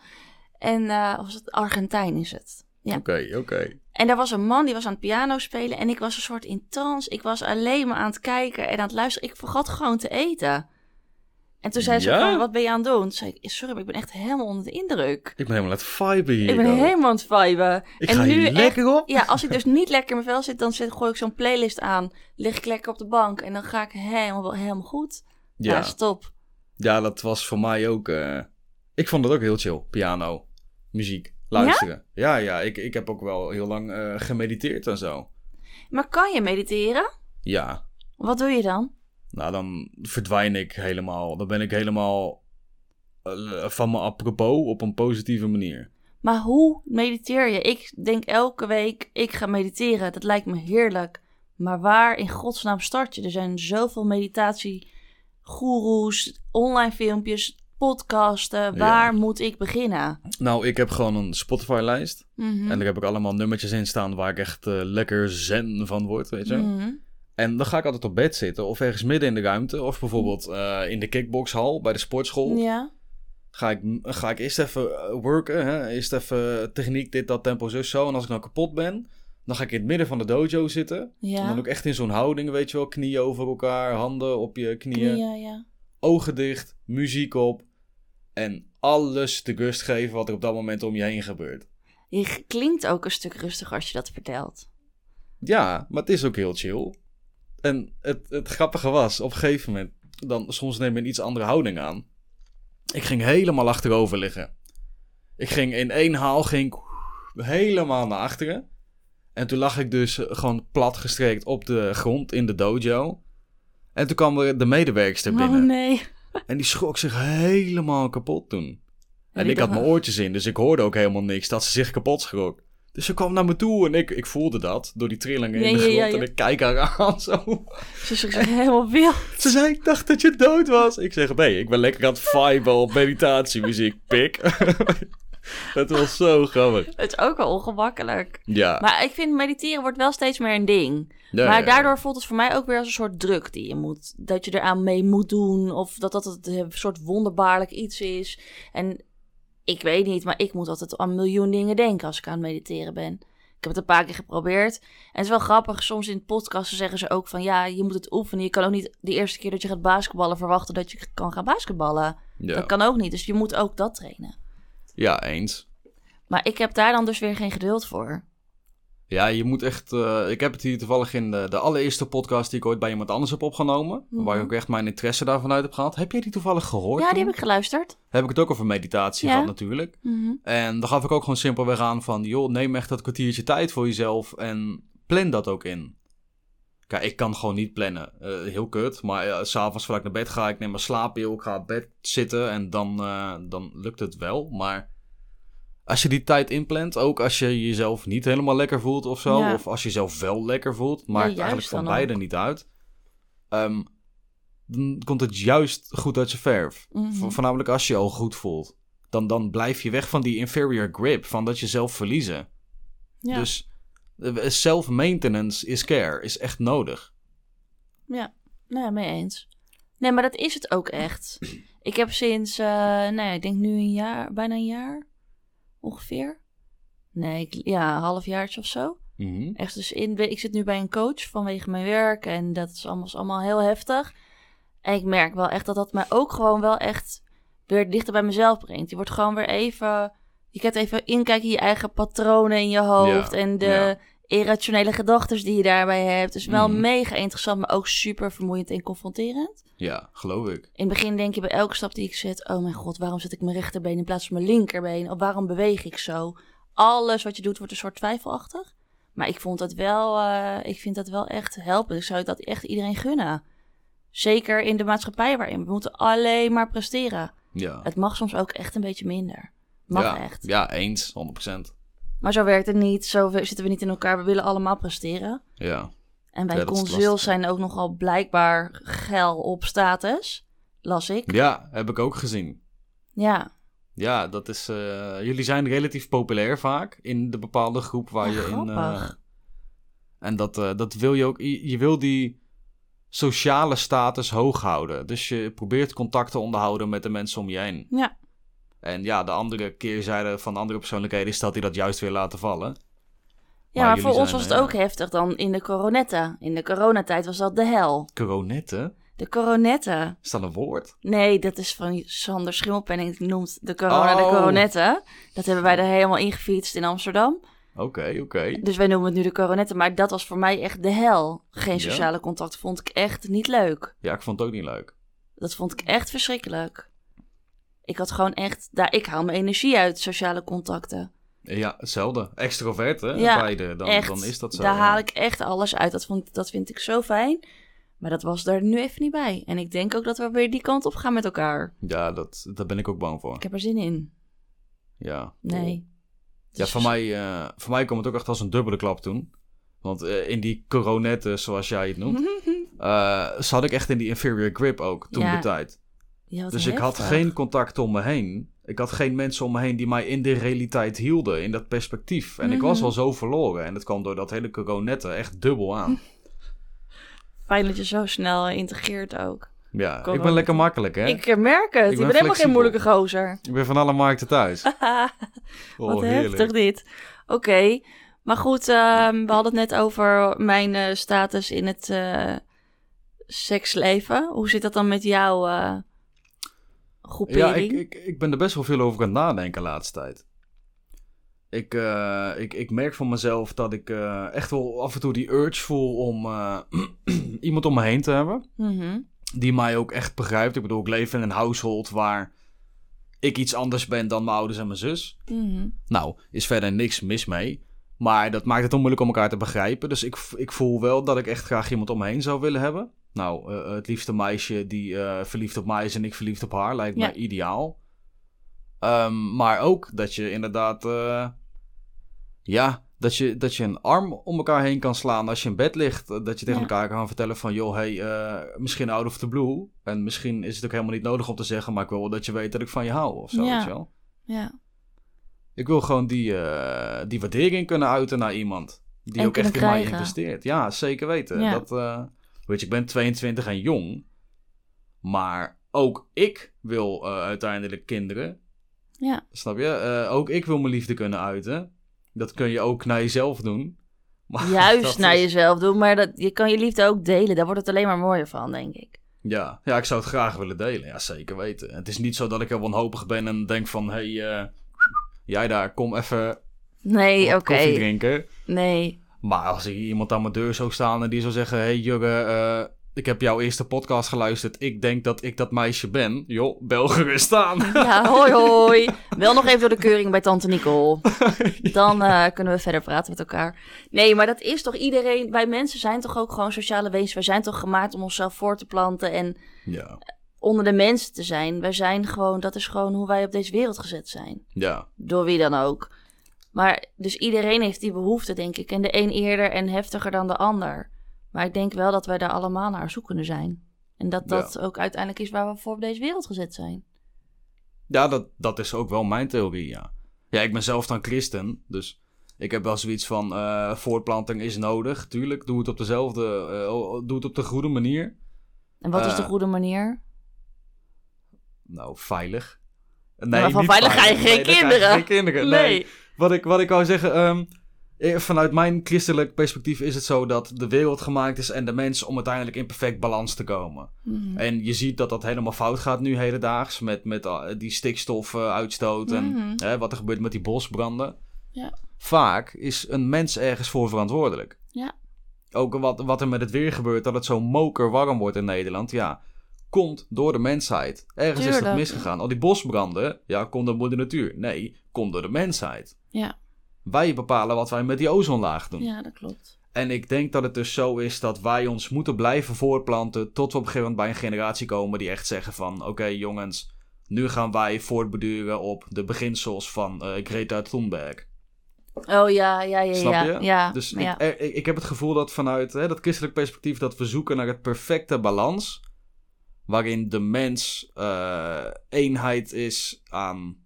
Speaker 2: En eh, of was het Argentijn is het. Ja.
Speaker 1: Oké, oké.
Speaker 2: En daar was een man die was aan het piano spelen. En ik was een soort in trance. Ik was alleen maar aan het kijken en aan het luisteren. Ik vergat gewoon te eten. En toen zei ze:
Speaker 1: Ja?
Speaker 2: van, Wat ben je aan het doen? Toen zei ik: Sorry, maar ik ben echt helemaal onder de indruk.
Speaker 1: Ik ben helemaal aan het viben hier.
Speaker 2: Ik ben
Speaker 1: joh.
Speaker 2: helemaal aan het viben.
Speaker 1: Ik
Speaker 2: en
Speaker 1: ga
Speaker 2: nu
Speaker 1: hier
Speaker 2: echt-
Speaker 1: lekker op.
Speaker 2: Ja, als ik dus niet lekker in mijn vel zit, dan zet, gooi ik zo'n playlist aan. Lig ik lekker op de bank en dan ga ik helemaal, helemaal goed. Ja,
Speaker 1: Ja,
Speaker 2: stop.
Speaker 1: ja, dat was voor mij ook. eh, ik vond het ook heel chill. Piano, muziek, luisteren. Ja, ja, ik, ik heb ook wel heel lang eh, gemediteerd en zo.
Speaker 2: Maar kan je mediteren?
Speaker 1: Ja,
Speaker 2: Wat doe je dan?
Speaker 1: nou dan verdwijn ik helemaal. Dan ben ik helemaal eh, van me apropos op een positieve manier.
Speaker 2: Maar hoe mediteer je? Ik denk elke week, ik ga mediteren. Dat lijkt me heerlijk. Maar waar in godsnaam start je? Er zijn zoveel meditatiegoeroes, online filmpjes, podcasten. Waar moet ik beginnen?
Speaker 1: Nou, ik heb gewoon een Spotify-lijst.
Speaker 2: Mhm.
Speaker 1: En daar heb ik allemaal nummertjes in staan waar ik echt eh, lekker zen van word, weet je.
Speaker 2: Mhm.
Speaker 1: En dan ga ik altijd op bed zitten of ergens midden in de ruimte. Of bijvoorbeeld eh, in de kickboxhal bij de sportschool.
Speaker 2: Mm. Ja.
Speaker 1: Ga ik, ga ik eerst even eh, worken. Hè? Eerst even eh, techniek, dit, dat, tempo, zus, zo. En als ik dan kapot ben, dan ga ik in het midden van de dojo zitten. En dan
Speaker 2: Ja.
Speaker 1: ook echt in zo'n houding, weet je wel. Knieën over elkaar, handen op je knieën.
Speaker 2: Ja, ja.
Speaker 1: Ogen dicht, muziek op. En alles de rust geven wat er op dat moment om je heen gebeurt.
Speaker 2: Je klinkt ook een stuk rustiger als je dat vertelt.
Speaker 1: Ja, maar het is ook heel chill. En het, het grappige was, op een gegeven moment, dan soms neem je een iets andere houding aan. Ik ging helemaal achterover liggen. Ik ging in één haal ging ik helemaal naar achteren. En toen lag ik dus eh, gewoon platgestrekt op de grond in de dojo. En toen kwam er de medewerkster
Speaker 2: Oh
Speaker 1: binnen.
Speaker 2: nee.
Speaker 1: En die schrok zich helemaal kapot toen. En
Speaker 2: die
Speaker 1: ik had
Speaker 2: dacht,
Speaker 1: mijn oortjes in, dus ik hoorde ook helemaal niks dat ze zich kapot schrok. Dus ze kwam naar me toe en ik, ik voelde dat door die trillingen
Speaker 2: Ja,
Speaker 1: in de
Speaker 2: ja,
Speaker 1: grond.
Speaker 2: ja, ja.
Speaker 1: En ik kijk haar aan zo.
Speaker 2: Ze is echt helemaal wild.
Speaker 1: Ze zei, ik dacht dat je dood was. Ik zeg, nee, ik ben lekker aan het viben op meditatiemuziek, pik. Het was zo grappig.
Speaker 2: Het is ook wel ongemakkelijk.
Speaker 1: Ja.
Speaker 2: Maar ik vind mediteren wordt wel steeds meer een ding.
Speaker 1: Ja, ja,
Speaker 2: maar
Speaker 1: ja.
Speaker 2: daardoor voelt het voor mij ook weer als een soort druk die je moet. Dat je eraan mee moet doen. Of dat dat het een soort wonderbaarlijk iets is. En ik weet niet, maar ik moet altijd aan miljoen dingen denken als ik aan het mediteren ben. Ik heb het een paar keer geprobeerd. En het is wel grappig, soms in podcasten zeggen ze ook van ja, je moet het oefenen. Je kan ook niet de eerste keer dat je gaat basketballen verwachten dat je kan gaan basketballen.
Speaker 1: Ja.
Speaker 2: Dat kan ook niet, dus je moet ook dat trainen.
Speaker 1: ja, eens.
Speaker 2: Maar ik heb daar dan dus weer geen geduld voor.
Speaker 1: Ja, je moet echt. eh, ik heb het hier toevallig in de, de allereerste podcast die ik ooit bij iemand anders heb opgenomen.
Speaker 2: Mhm.
Speaker 1: Waar ik ook echt mijn interesse daarvan uit heb gehad. Heb jij die toevallig gehoord?
Speaker 2: Ja,
Speaker 1: toen?
Speaker 2: die heb ik geluisterd.
Speaker 1: heb ik het ook over meditatie
Speaker 2: Ja.
Speaker 1: gehad natuurlijk.
Speaker 2: Mhm.
Speaker 1: En daar gaf ik ook gewoon simpelweg aan van... joh, neem echt dat kwartiertje tijd voor jezelf en plan dat ook in. Kijk, ik kan gewoon niet plannen. Eh, heel kut, maar eh, s s'avonds voordat ik naar bed ga... ik neem mijn slaappil, ik ga op bed zitten en dan, eh, dan lukt het wel. Maar eh, als je die tijd inplant, ook als je jezelf niet helemaal lekker voelt of zo,
Speaker 2: Ja.
Speaker 1: of als je jezelf wel lekker voelt, maakt
Speaker 2: juist
Speaker 1: eigenlijk van
Speaker 2: dan
Speaker 1: beide
Speaker 2: ook.
Speaker 1: niet uit, ehm, dan komt het juist goed uit je verf.
Speaker 2: Mhm.
Speaker 1: Vo- Voornamelijk als je je al goed voelt. Dan, dan blijf je weg van die inferior grip, van dat jezelf verliezen.
Speaker 2: Ja.
Speaker 1: Dus eh, self-maintenance is care, is echt nodig.
Speaker 2: Nou, ja, mee eens. Nee, maar dat is het ook echt. Ik heb sinds, eh nou ja, ik denk nu een jaar, bijna een jaar ongeveer. Nee, ik, ja, een halfjaartje of zo. Echt dus in, ik zit nu bij een coach vanwege mijn werk en dat is allemaal, is allemaal heel heftig. En ik merk wel echt dat dat mij ook gewoon wel echt weer dichter bij mezelf brengt. Je wordt gewoon weer even, je kent even inkijken in je eigen patronen in je hoofd
Speaker 1: Ja,
Speaker 2: en de
Speaker 1: ja.
Speaker 2: irrationele gedachten die je daarbij hebt. Dus wel
Speaker 1: Mhm.
Speaker 2: mega interessant, maar ook super vermoeiend en confronterend.
Speaker 1: Ja, geloof ik.
Speaker 2: In het begin denk je bij elke stap die ik zet, oh mijn god, waarom zet ik mijn rechterbeen in plaats van mijn linkerbeen? Of waarom beweeg ik zo? Alles wat je doet wordt een soort twijfelachtig. Maar ik vond dat wel, eh, ik vind dat wel echt helpen. Ik zou dat echt iedereen gunnen. Zeker in de maatschappij waarin we moeten alleen maar presteren.
Speaker 1: Ja.
Speaker 2: Het mag soms ook echt een beetje minder. Mag
Speaker 1: ja.
Speaker 2: echt.
Speaker 1: Ja, eens, 100%.
Speaker 2: Maar zo werkt het niet. Zo zitten we niet in elkaar. We willen allemaal presteren.
Speaker 1: Ja.
Speaker 2: En bij
Speaker 1: Ja, dat is
Speaker 2: Consuls
Speaker 1: lastig.
Speaker 2: zijn ook nogal blijkbaar geil op status. Las ik.
Speaker 1: ja, heb ik ook gezien.
Speaker 2: Ja.
Speaker 1: Ja, dat is. eh, jullie zijn relatief populair vaak in de bepaalde groep waar
Speaker 2: Ja,
Speaker 1: je in. eh,
Speaker 2: Oh, grappig.
Speaker 1: en dat, eh, dat wil je ook. Je, je wil die sociale status hoog houden. Dus je probeert contact te onderhouden met de mensen om je heen.
Speaker 2: Ja.
Speaker 1: En ja, de andere keerzijde van andere persoonlijkheden is dat die dat juist weer laten vallen.
Speaker 2: Ja,
Speaker 1: Maar
Speaker 2: maar
Speaker 1: jullie
Speaker 2: voor ons
Speaker 1: zijn,
Speaker 2: was het
Speaker 1: eh,
Speaker 2: ook heftig dan in de coronetta. In de coronatijd was dat de hel.
Speaker 1: Coronette?
Speaker 2: De coronetta.
Speaker 1: Is dat een woord?
Speaker 2: Nee, dat is van Sander Schimmelpenning die noemt de corona de
Speaker 1: Oh.
Speaker 2: coronetta. Dat hebben wij er helemaal ingefietst in Amsterdam.
Speaker 1: Oké, oké.
Speaker 2: Dus wij noemen het nu de coronetta, maar dat was voor mij echt de hel. Geen
Speaker 1: Ja?
Speaker 2: sociale contact vond ik echt niet leuk.
Speaker 1: Ja, ik vond het ook niet leuk.
Speaker 2: Dat vond ik echt verschrikkelijk. Ik had gewoon echt, daar, ik haal mijn energie uit sociale contacten.
Speaker 1: Ja, hetzelfde. Extrovert, hè?
Speaker 2: Ja,
Speaker 1: Beide. Dan,
Speaker 2: echt,
Speaker 1: dan is dat zo.
Speaker 2: daar
Speaker 1: ja.
Speaker 2: haal ik echt alles uit. Dat, vond, dat vind ik zo fijn. Maar dat was daar nu even niet bij. En ik denk ook dat we weer die kant op gaan met elkaar.
Speaker 1: Ja, dat, daar ben ik ook bang voor.
Speaker 2: Ik heb er zin in.
Speaker 1: Ja.
Speaker 2: Nee. Dus-
Speaker 1: Ja, voor mij, eh, voor mij kwam het ook echt als een dubbele klap toen. Want eh, in die coronetten, zoals jij het noemt, eh zat ik echt in die inferior grip ook toen
Speaker 2: Mhm. Ja,
Speaker 1: de tijd.
Speaker 2: Ja, wat
Speaker 1: Dus ik had
Speaker 2: heftig.
Speaker 1: geen contact om me heen. Ik had geen mensen om me heen die mij in de realiteit hielden, in dat perspectief. En ik was
Speaker 2: Mhm.
Speaker 1: al zo verloren. En dat kwam door dat hele coronetten echt dubbel aan.
Speaker 2: Fijn dat je zo snel eh, integreert ook.
Speaker 1: Ja, ik ben
Speaker 2: Coronetten.
Speaker 1: lekker makkelijk, hè? Ik,
Speaker 2: Ik merk het. Ik
Speaker 1: ben
Speaker 2: ben, helemaal geen
Speaker 1: flexibel.
Speaker 2: moeilijke gozer.
Speaker 1: ben van alle markten thuis. Oh,
Speaker 2: wat
Speaker 1: heerlijk.
Speaker 2: heftig dit. Oké. Maar goed, ehm, we hadden het net over mijn eh, status in het eh, seksleven. Hoe zit dat dan met jouw eh groepering?
Speaker 1: Ja, ik, ik, ik ben er best wel veel over aan het nadenken de laatste tijd. Ik, eh, ik, ik merk van mezelf dat ik eh, echt wel af en toe die urge voel om eh, iemand om me heen te hebben.
Speaker 2: Mhm.
Speaker 1: Die mij ook echt begrijpt. Ik bedoel, ik leef in een household waar ik iets anders ben dan mijn ouders en mijn zus.
Speaker 2: Mhm.
Speaker 1: Nou, is verder niks mis mee. Maar dat maakt het onmoeilijk om elkaar te begrijpen. Dus ik, v- ik voel wel dat ik echt graag iemand om me heen zou willen hebben. Nou, eh, het liefste meisje die eh, verliefd op mij is en ik verliefd op haar lijkt
Speaker 2: Ja.
Speaker 1: mij ideaal. Ehm, maar ook dat je inderdaad. eh, ja, dat je, dat je een arm om elkaar heen kan slaan als je in bed ligt. Eh, Dat je tegen
Speaker 2: Ja.
Speaker 1: elkaar kan vertellen van, joh, hey, eh, misschien out of the blue. En misschien is het ook helemaal niet nodig om te zeggen, maar ik wil wel dat je weet dat ik van je hou of zo.
Speaker 2: Ja.
Speaker 1: Weet je wel?
Speaker 2: Ja.
Speaker 1: Ik wil gewoon die, eh, die waardering kunnen uiten naar iemand. Die
Speaker 2: En
Speaker 1: ook echt
Speaker 2: kunnen
Speaker 1: in mij
Speaker 2: krijgen.
Speaker 1: investeert. Ja, zeker weten.
Speaker 2: Ja.
Speaker 1: Dat, eh, weet je, ik ben 22 en jong. Maar ook ik wil eh, uiteindelijk kinderen.
Speaker 2: Ja.
Speaker 1: Snap je? Eh, ook ik wil mijn liefde kunnen uiten. Dat kun je ook naar jezelf doen. Maar
Speaker 2: Juist
Speaker 1: dat
Speaker 2: naar
Speaker 1: is-
Speaker 2: jezelf doen, maar dat, je kan je liefde ook delen. Daar wordt het alleen maar mooier van, denk ik.
Speaker 1: Ja. ja, ik zou het graag willen delen. Ja, zeker weten. Het is niet zo dat ik heel wanhopig ben en denk van... Hé, hey, eh, jij daar, kom even
Speaker 2: Nee, oké.
Speaker 1: wat koffie drinken.
Speaker 2: Nee.
Speaker 1: Maar als er iemand aan mijn deur zou staan en die zou zeggen: Hey Jurre, eh, ik heb jouw eerste podcast geluisterd. Ik denk dat ik dat meisje ben. Joh, bel gerust aan.
Speaker 2: Ja, hoi hoi. Wel nog even door de keuring bij tante Nicole. Dan eh, kunnen we verder praten met elkaar. Nee, maar dat is toch iedereen... Wij mensen zijn toch ook gewoon sociale wezens. Wij zijn toch gemaakt om onszelf voor te planten en
Speaker 1: Ja,
Speaker 2: onder de mensen te zijn. Wij zijn gewoon, dat is gewoon hoe wij op deze wereld gezet zijn.
Speaker 1: Ja.
Speaker 2: Door wie dan ook. Maar dus iedereen heeft die behoefte, denk ik. En de een eerder en heftiger dan de ander. Maar ik denk wel dat wij daar allemaal naar zoekende zijn. En dat dat ook uiteindelijk is waar we voor op deze wereld gezet zijn.
Speaker 1: Ja, dat, dat is ook wel mijn theorie, ja. Ja, ik ben zelf dan christen, dus ik heb wel zoiets van eh, voortplanting is nodig. Tuurlijk, doe het op dezelfde, eh, doe het op de goede manier.
Speaker 2: En wat is de
Speaker 1: Eh,
Speaker 2: goede manier?
Speaker 1: Nou, veilig.
Speaker 2: maar van
Speaker 1: niet
Speaker 2: veilig ga je geen
Speaker 1: Nee, dan krijg je
Speaker 2: kinderen.
Speaker 1: Geen kinderen, nee. Wat, ik, wat ik wou zeggen, ehm, eh, vanuit mijn christelijk perspectief is het zo dat de wereld gemaakt is en de mens om uiteindelijk in perfect balans te komen.
Speaker 2: Mhm.
Speaker 1: En je ziet dat dat helemaal fout gaat nu hedendaags. Met, met ah, die stikstofuitstoot en
Speaker 2: Mhm.
Speaker 1: hè, wat er gebeurt met die bosbranden.
Speaker 2: Ja.
Speaker 1: Vaak is een mens ergens voor verantwoordelijk.
Speaker 2: Ja.
Speaker 1: Ook wat, wat er met het weer gebeurt, dat het zo moker warm wordt in Nederland. Ja, komt door de mensheid. Ergens is dat
Speaker 2: Tuurlijk.
Speaker 1: misgegaan. Al die bosbranden, ja, komt door moeder natuur. Nee, komt door de mensheid.
Speaker 2: Ja.
Speaker 1: Wij bepalen wat wij met die ozonlaag doen.
Speaker 2: ja, dat klopt.
Speaker 1: En ik denk dat het dus zo is dat wij ons moeten blijven voortplanten tot we op een gegeven moment bij een generatie komen die echt zeggen van oké jongens, nu gaan wij voortbeduren op de beginsels van eh, Greta Thunberg.
Speaker 2: Oh ja, ja, ja,
Speaker 1: Snap
Speaker 2: ja.
Speaker 1: je?
Speaker 2: Ja,
Speaker 1: Dus
Speaker 2: ja.
Speaker 1: ik, er- ik, ik heb het gevoel dat vanuit hè, dat christelijk perspectief dat we zoeken naar het perfecte balans waarin de mens eh, eenheid is aan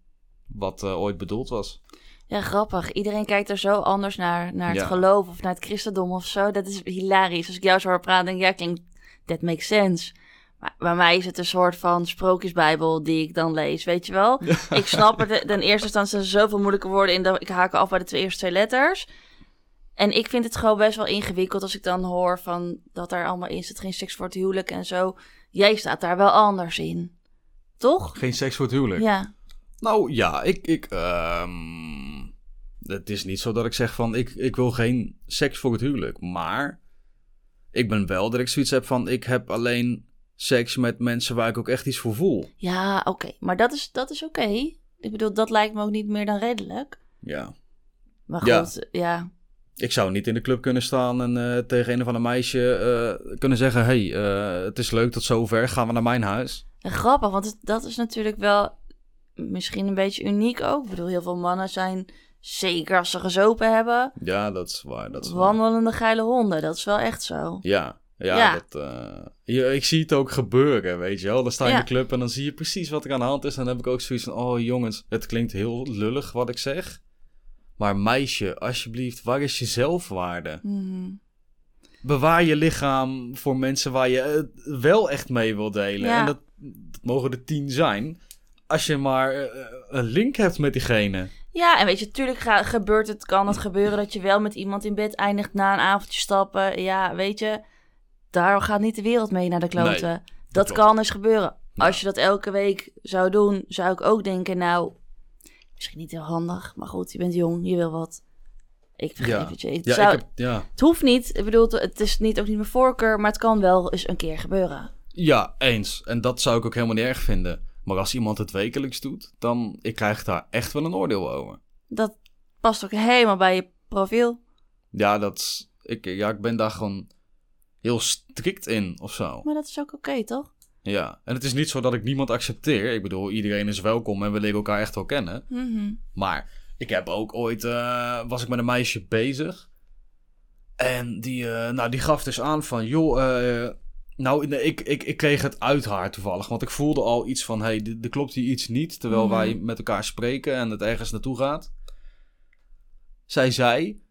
Speaker 1: wat eh, ooit bedoeld was.
Speaker 2: Ja, grappig. Iedereen kijkt er zo anders naar, naar het
Speaker 1: Ja.
Speaker 2: geloof of naar het christendom of zo. Dat is hilarisch. Als ik jou zo hoor praten, denk ik, ja, klinkt, that makes sense. Maar bij mij is het een soort van sprookjesbijbel die ik dan lees, weet je wel? Ik snap het, ten eerste staan er zoveel moeilijke woorden in, dat ik haak af bij de twee, eerste twee letters. En ik vind het gewoon best wel ingewikkeld als ik dan hoor van dat er allemaal in zit, geen seks voor het huwelijk en zo. Jij staat daar wel anders in, toch?
Speaker 1: Geen seks voor het huwelijk.
Speaker 2: Ja,
Speaker 1: Nou ja, ik. ik ehm, het is niet zo dat ik zeg van ik, ik wil geen seks voor het huwelijk. Maar ik ben wel dat ik zoiets heb van ik heb alleen seks met mensen waar ik ook echt iets voor voel.
Speaker 2: ja oké. Maar dat is, dat is oké. Ik bedoel, dat lijkt me ook niet meer dan redelijk.
Speaker 1: Ja.
Speaker 2: Maar
Speaker 1: Ja.
Speaker 2: goed, ja.
Speaker 1: Ik zou niet in de club kunnen staan en eh, tegen een of ander meisje eh, kunnen zeggen: hey, eh, het is leuk tot zover, gaan we naar mijn huis.
Speaker 2: En Grappig, want het- dat is natuurlijk wel misschien een beetje uniek ook. Ik bedoel, heel veel mannen zijn, zeker als ze gezopen hebben,
Speaker 1: Ja, dat is waar. Dat is waar.
Speaker 2: wandelende geile honden. Dat is wel echt zo.
Speaker 1: Ja, ja,
Speaker 2: Ja.
Speaker 1: Dat, eh, je, ik zie het ook gebeuren, weet je wel. Dan sta je in
Speaker 2: Ja.
Speaker 1: de club en dan zie je precies wat er aan de hand is. En dan heb ik ook zoiets van, oh jongens, het klinkt heel lullig wat ik zeg. Maar meisje, alsjeblieft, waar is je zelfwaarde?
Speaker 2: Mhm.
Speaker 1: Bewaar je lichaam voor mensen waar je het wel echt mee wil delen.
Speaker 2: Ja.
Speaker 1: En dat, dat mogen er tien zijn. Als je maar eh, een link hebt met diegene.
Speaker 2: Ja, en weet je, natuurlijk ga- gebeurt het, kan het gebeuren dat je wel met iemand in bed eindigt na een avondje stappen. Ja, weet je, daar gaat niet de wereld mee naar de kloten.
Speaker 1: Nee,
Speaker 2: dat
Speaker 1: klopt.
Speaker 2: kan eens gebeuren.
Speaker 1: Ja.
Speaker 2: Als je dat elke week zou doen, zou ik ook denken, nou, misschien niet heel handig, maar goed, je bent jong, je wil wat. Ik vergeef
Speaker 1: Ja.
Speaker 2: het je. Het,
Speaker 1: Ja,
Speaker 2: zou-
Speaker 1: ik heb, ja.
Speaker 2: het hoeft niet, ik bedoel, het is niet, ook niet mijn voorkeur, maar het kan wel eens een keer gebeuren.
Speaker 1: Ja, eens. En dat zou ik ook helemaal niet erg vinden. Maar als iemand het wekelijks doet, dan ik krijg daar echt wel een oordeel over.
Speaker 2: Dat past ook helemaal bij je profiel.
Speaker 1: Ja, dat is- ik, ja, ik ben daar gewoon heel strikt in of zo.
Speaker 2: Maar dat is ook oké, toch?
Speaker 1: Ja. En het is niet zo dat ik niemand accepteer. Ik bedoel, iedereen is welkom en we leren elkaar echt wel kennen.
Speaker 2: Mhm.
Speaker 1: Maar ik heb ook ooit, eh, was ik met een meisje bezig. En die, eh, nou, die gaf dus aan van, joh, eh, nou, nee, ik, ik, ik kreeg het uit haar toevallig. Want ik voelde al iets van, hé, hey, d- er klopt hier iets niet. Terwijl
Speaker 2: Mhm.
Speaker 1: wij met elkaar spreken en het ergens naartoe gaat. Zij zei,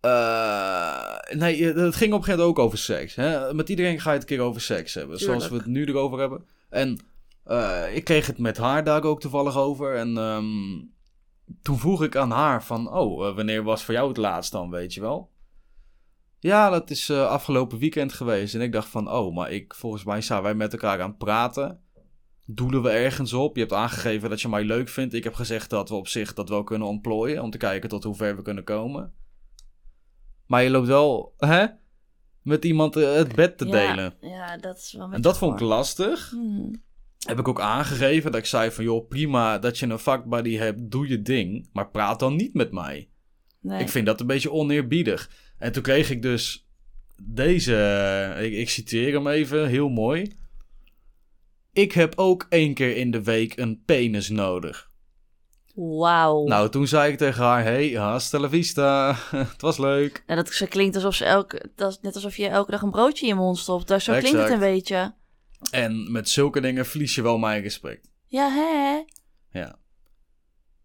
Speaker 1: eh, nee, eh, het ging op een gegeven moment ook over seks. Hè? Met iedereen ga je het een keer over seks hebben. Zoals we
Speaker 2: Tuurlijk.
Speaker 1: het nu erover hebben. En eh, ik kreeg het met haar daar ook toevallig over. En ehm, toen vroeg ik aan haar van, oh, eh, wanneer was voor jou het laatst dan, weet je wel? Ja, dat is eh, afgelopen weekend geweest. En ik dacht van, oh, maar ik, volgens mij zijn wij met elkaar aan het praten. Doelen we ergens op? Je hebt aangegeven dat je mij leuk vindt. Ik heb gezegd dat we op zich dat wel kunnen ontplooien. Om te kijken tot hoe ver we kunnen komen. Maar je loopt wel, hè? Met iemand eh, het bed te
Speaker 2: Ja,
Speaker 1: delen.
Speaker 2: Ja, dat is wel een
Speaker 1: En
Speaker 2: beetje
Speaker 1: dat vond ik
Speaker 2: goor.
Speaker 1: lastig
Speaker 2: Mhm.
Speaker 1: heb ik ook aangegeven dat ik zei van joh, prima dat je een vakbody hebt, doe je ding, maar praat dan niet met mij.
Speaker 2: Nee.
Speaker 1: Ik vind dat een beetje oneerbiedig. En toen kreeg ik dus deze, eh, ik, ik citeer hem even, heel mooi. Ik heb ook één keer in de week een penis nodig.
Speaker 2: Wauw. Nou,
Speaker 1: Nou, toen zei ik tegen haar: hey, hasta la vista. het was leuk.
Speaker 2: dat ze klinkt alsof ze elke, dat is net alsof je elke dag een broodje in je mond stopt. Dus zo klinkt het
Speaker 1: Exact.
Speaker 2: een beetje.
Speaker 1: En met zulke dingen verlies je wel mijn gesprek.
Speaker 2: Ja, hè?
Speaker 1: Ja.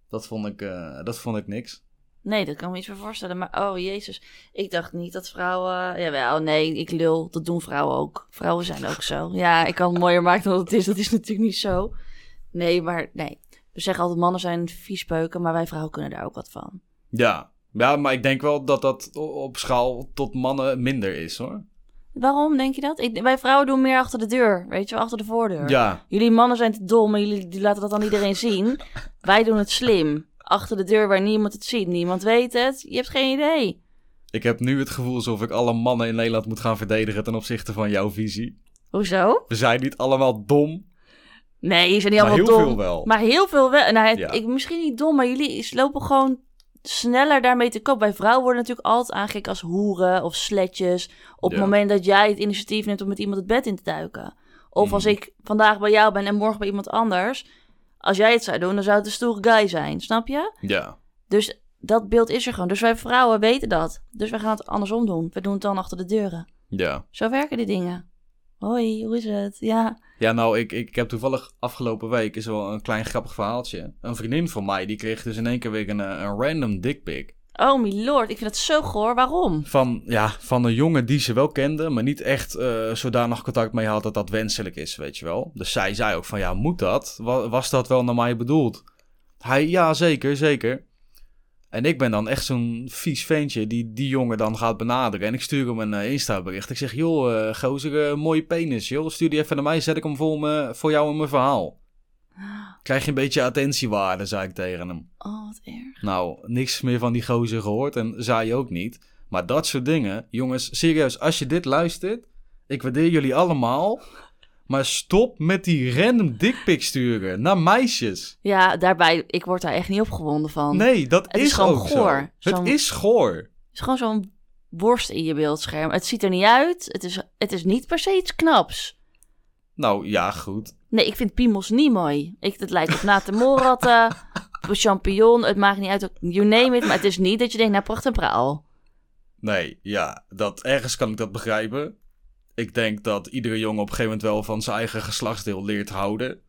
Speaker 1: Dat vond ik, eh, dat vond ik niks.
Speaker 2: Nee, dat kan me iets meer voorstellen. Maar oh jezus, ik dacht niet dat vrouwen. Jawel, nee, ik lul. Dat doen vrouwen ook. Vrouwen zijn ook zo. Ja, ik kan het mooier maken dan het is. Dat is natuurlijk niet zo. Nee, maar nee. We zeggen altijd mannen zijn viespeuken, maar wij vrouwen kunnen daar ook wat van.
Speaker 1: Ja. Ja, maar ik denk wel dat dat o- op schaal tot mannen minder is hoor.
Speaker 2: Waarom denk je dat? Ik, wij vrouwen doen meer achter de deur, weet je wel, achter de voordeur.
Speaker 1: Ja.
Speaker 2: Jullie mannen zijn te dom en jullie die laten dat aan iedereen zien. wij doen het slim. Achter de deur waar niemand het ziet. Niemand weet het. Je hebt geen idee.
Speaker 1: Ik heb nu het gevoel alsof ik alle mannen in Nederland moet gaan verdedigen ten opzichte van jouw visie.
Speaker 2: Hoezo?
Speaker 1: We zijn niet allemaal dom.
Speaker 2: Nee, ze zijn niet
Speaker 1: Maar
Speaker 2: allemaal
Speaker 1: heel
Speaker 2: dom.
Speaker 1: veel wel.
Speaker 2: Maar heel veel wel. Nou, het-
Speaker 1: Ja.
Speaker 2: ik, misschien niet dom, maar jullie lopen gewoon sneller daarmee te koop. Bij vrouwen worden natuurlijk altijd aangekeken als hoeren of sletjes. Op het
Speaker 1: Ja.
Speaker 2: moment dat jij het initiatief neemt om met iemand het bed in te duiken. Of
Speaker 1: Mhm.
Speaker 2: als ik vandaag bij jou ben en morgen bij iemand anders. Als jij het zou doen, dan zou het een stoere guy zijn. Snap je?
Speaker 1: Ja.
Speaker 2: Dus dat beeld is er gewoon. Dus wij vrouwen weten dat. Dus wij gaan het andersom doen. We doen het dan achter de deuren.
Speaker 1: Ja.
Speaker 2: Zo werken die dingen. Hoi, hoe is het? Ja.
Speaker 1: Ja, nou, ik, ik, ik heb toevallig afgelopen week is wel een klein grappig verhaaltje. Een vriendin van mij die kreeg dus in één keer weer een, eh, een random dickpic.
Speaker 2: Oh, my lord. Ik vind dat zo goor. Waarom?
Speaker 1: Van, ja, van een jongen die ze wel kende, maar niet echt eh, zodanig contact mee had dat dat wenselijk is, weet je wel. Dus zij zei ook van, ja, moet dat? Wa- Was dat wel naar mij bedoeld? Hij, ja, zeker, zeker. En ik ben dan echt zo'n vies ventje die die jongen dan gaat benaderen. En ik stuur hem een eh, Insta-bericht. Ik zeg, joh, eh gozer, eh, mooie penis, joh. Stuur die even naar mij, zet ik hem voor, me, voor jou in mijn verhaal. Krijg je een beetje attentiewaarde, zei ik tegen hem.
Speaker 2: Oh, wat erg.
Speaker 1: Nou, niks meer van die gozer gehoord en zij ook niet. Maar dat soort dingen, jongens, serieus, als je dit luistert, ik waardeer jullie allemaal. Maar stop met die random dickpic sturen naar meisjes.
Speaker 2: Ja, daarbij, ik word daar echt niet opgewonden van.
Speaker 1: Nee, dat
Speaker 2: is gewoon
Speaker 1: ook
Speaker 2: goor.
Speaker 1: zo.
Speaker 2: Zo'n-
Speaker 1: Het is goor.
Speaker 2: Het is gewoon zo'n worst in je beeldscherm. Het ziet er niet uit. Het is, het is niet per se iets knaps.
Speaker 1: Nou ja, goed.
Speaker 2: Nee, ik vind piemels niet mooi. Ik, het lijkt op natemolratten, op een champignon. Het maakt niet uit, you name it. Maar het is niet dat je denkt, nou, pracht en praal.
Speaker 1: Nee, ja, dat, ergens kan ik dat begrijpen. Ik denk dat iedere jongen op een gegeven moment wel van zijn eigen geslachtsdeel leert houden.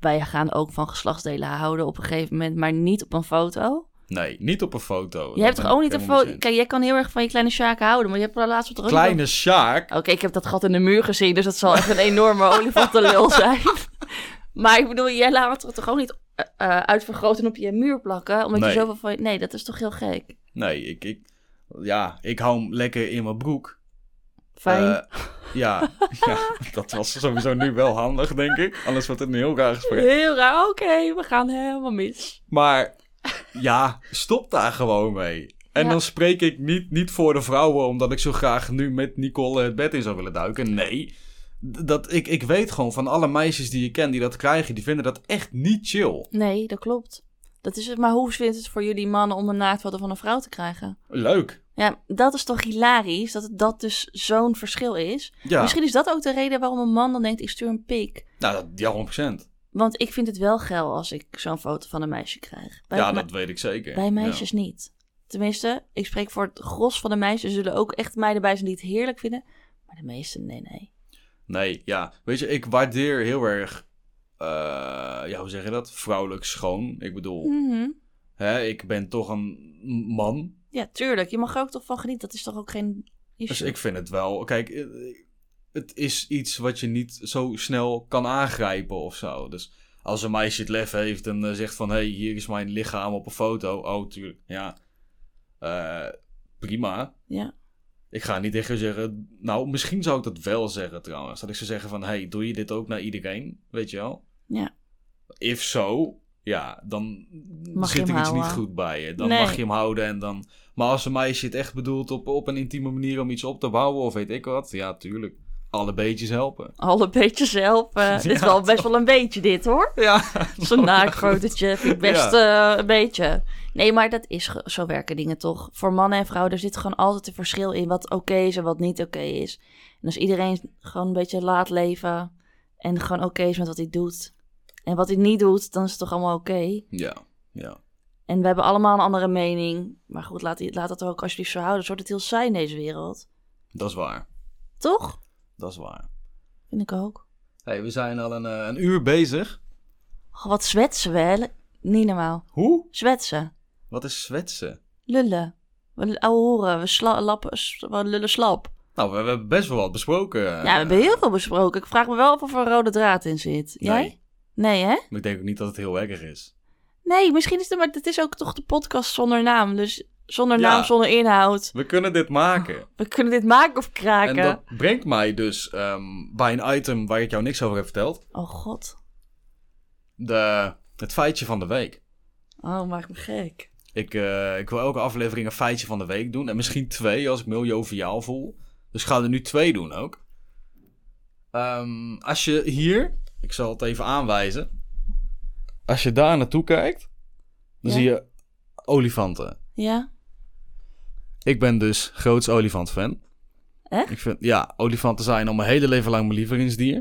Speaker 2: Wij gaan ook van geslachtsdelen houden op een gegeven moment, maar niet op een foto.
Speaker 1: Nee, niet op een foto.
Speaker 2: Je hebt toch ook niet een foto...
Speaker 1: Kijk,
Speaker 2: Kijk, jij kan heel erg van je kleine Sjaak houden, maar je hebt er laatst op de rug-
Speaker 1: Kleine Sjaak.
Speaker 2: Oké, ik heb dat gat in de muur gezien, dus dat zal echt een enorme olifantenlul zijn. Maar ik bedoel, jij laat het toch ook niet eh, eh, uitvergroten en op je muur plakken? Omdat
Speaker 1: Nee.
Speaker 2: je zoveel van... je- Nee, dat is toch heel gek?
Speaker 1: Nee, ik, ik, ja, ik hou hem lekker in mijn broek.
Speaker 2: Fijn.
Speaker 1: Eh, ja, ja, dat was sowieso nu wel handig, denk ik. Anders wordt het een heel raar gesprek.
Speaker 2: heel raar. Oké, we gaan helemaal mis.
Speaker 1: Maar ja, stop daar gewoon mee. En
Speaker 2: Ja.
Speaker 1: dan spreek ik niet, niet voor de vrouwen, omdat ik zo graag nu met Nicole het bed in zou willen duiken. Nee, D- dat, ik, ik weet gewoon van alle meisjes die ik ken die dat krijgen, die vinden dat echt niet chill.
Speaker 2: Nee, dat klopt. Dat is het. Maar hoe vindt het voor jullie mannen om een naaktfoto van een vrouw te krijgen?
Speaker 1: Leuk.
Speaker 2: Ja, dat is toch hilarisch, dat het- dat dus zo'n verschil is.
Speaker 1: Ja,
Speaker 2: Misschien is dat ook de reden waarom een man dan denkt, ik stuur een pik.
Speaker 1: nou, dat, ja 100%.
Speaker 2: Want ik vind het wel geil als ik zo'n foto van een meisje krijg. Bij-
Speaker 1: Ja, dat weet ik zeker.
Speaker 2: Bij
Speaker 1: Ja.
Speaker 2: meisjes niet. Tenminste, ik spreek voor het gros van de meisjes. Er zullen ook echt meiden bij zijn die het heerlijk vinden. Maar de meesten, nee, nee.
Speaker 1: Nee, ja. Weet je, ik waardeer heel erg. eh, ja, hoe zeg je dat? Vrouwelijk schoon. Ik bedoel,
Speaker 2: Mm.
Speaker 1: hè, ik ben toch een man.
Speaker 2: Ja, tuurlijk. Je mag er ook toch van genieten. Dat is toch ook geen
Speaker 1: Dus
Speaker 2: issue?
Speaker 1: ik vind het wel. Kijk, eh, het is iets wat je niet zo snel kan aangrijpen of zo. Dus als een meisje het lef heeft en eh, zegt van: hé, hey, hier is mijn lichaam op een foto. Oh, tuurlijk. Ja. Eh, prima.
Speaker 2: Ja.
Speaker 1: Ik ga niet tegen je zeggen. Nou, misschien zou ik dat wel zeggen trouwens. Dat ik zou zeggen van: hey, doe je dit ook naar iedereen? Weet je wel?
Speaker 2: Ja.
Speaker 1: If zo, ja, dan
Speaker 2: Mag je
Speaker 1: zit
Speaker 2: hem
Speaker 1: er iets niet
Speaker 2: houden.
Speaker 1: goed bij je. Dan
Speaker 2: Nee.
Speaker 1: mag je hem houden en dan. Maar als een meisje het echt bedoelt op, op een intieme manier om iets op te bouwen of weet ik wat, ja, tuurlijk. Alle beetjes helpen.
Speaker 2: Alle beetje zelf. eh, dit is
Speaker 1: Ja,
Speaker 2: wel best wel een beetje dit, hoor.
Speaker 1: Oh, Ja,
Speaker 2: Zo'n naakfotootje vind ik best eh, een beetje. Nee, maar dat is... ge- Zo werken dingen toch. Voor mannen en vrouwen, er zit gewoon altijd een verschil in wat oké is en wat niet oké is. En als iedereen gewoon een beetje laat leven... En gewoon oké is met wat hij doet. En wat hij niet doet, dan is het toch allemaal oké.
Speaker 1: Ja, ja.
Speaker 2: En we hebben allemaal een andere mening. Maar goed, laat, laat dat ook alsjeblieft zo houden. Zo wordt het heel saai in deze wereld.
Speaker 1: Dat is waar.
Speaker 2: Toch?
Speaker 1: Dat is waar.
Speaker 2: Vind ik ook.
Speaker 1: hey, we zijn al een, eh, een uur bezig.
Speaker 2: Oh, wat zwetsen we, hè? Niet normaal.
Speaker 1: Hoe?
Speaker 2: Zwetsen.
Speaker 1: Wat is zwetsen?
Speaker 2: Lullen. We l- ouwe horen. We, sla- lappen, s- we lullen slap.
Speaker 1: Nou, we, we hebben best wel wat besproken. eh.
Speaker 2: ja, we hebben heel veel besproken. Ik vraag me wel af of er een rode draad in zit. Jij?
Speaker 1: Nee,
Speaker 2: Nee, hè?
Speaker 1: maar ik denk ook niet dat het heel erg is.
Speaker 2: Nee, misschien is het... Maar het is ook toch de podcast zonder naam. Dus zonder
Speaker 1: Ja.
Speaker 2: naam, zonder inhoud.
Speaker 1: We kunnen dit maken.
Speaker 2: We kunnen dit maken of kraken.
Speaker 1: En dat brengt mij dus ehm, bij een item waar ik jou niks over heb verteld.
Speaker 2: Oh, god.
Speaker 1: De, het feitje van de week.
Speaker 2: Oh, maakt me gek.
Speaker 1: Ik, eh, ik wil elke aflevering een feitje van de week doen. En misschien twee als ik me heel joviaal voel. Dus ik ga er nu twee doen ook. Ehm, als je hier, ik zal het even aanwijzen. Als je daar naartoe kijkt, dan
Speaker 2: Ja.
Speaker 1: zie je olifanten.
Speaker 2: Ja?
Speaker 1: Ik ben dus groots olifant-fan.
Speaker 2: Echt?
Speaker 1: Ik vind, ja, olifanten zijn al mijn hele leven lang mijn lievelingsdier.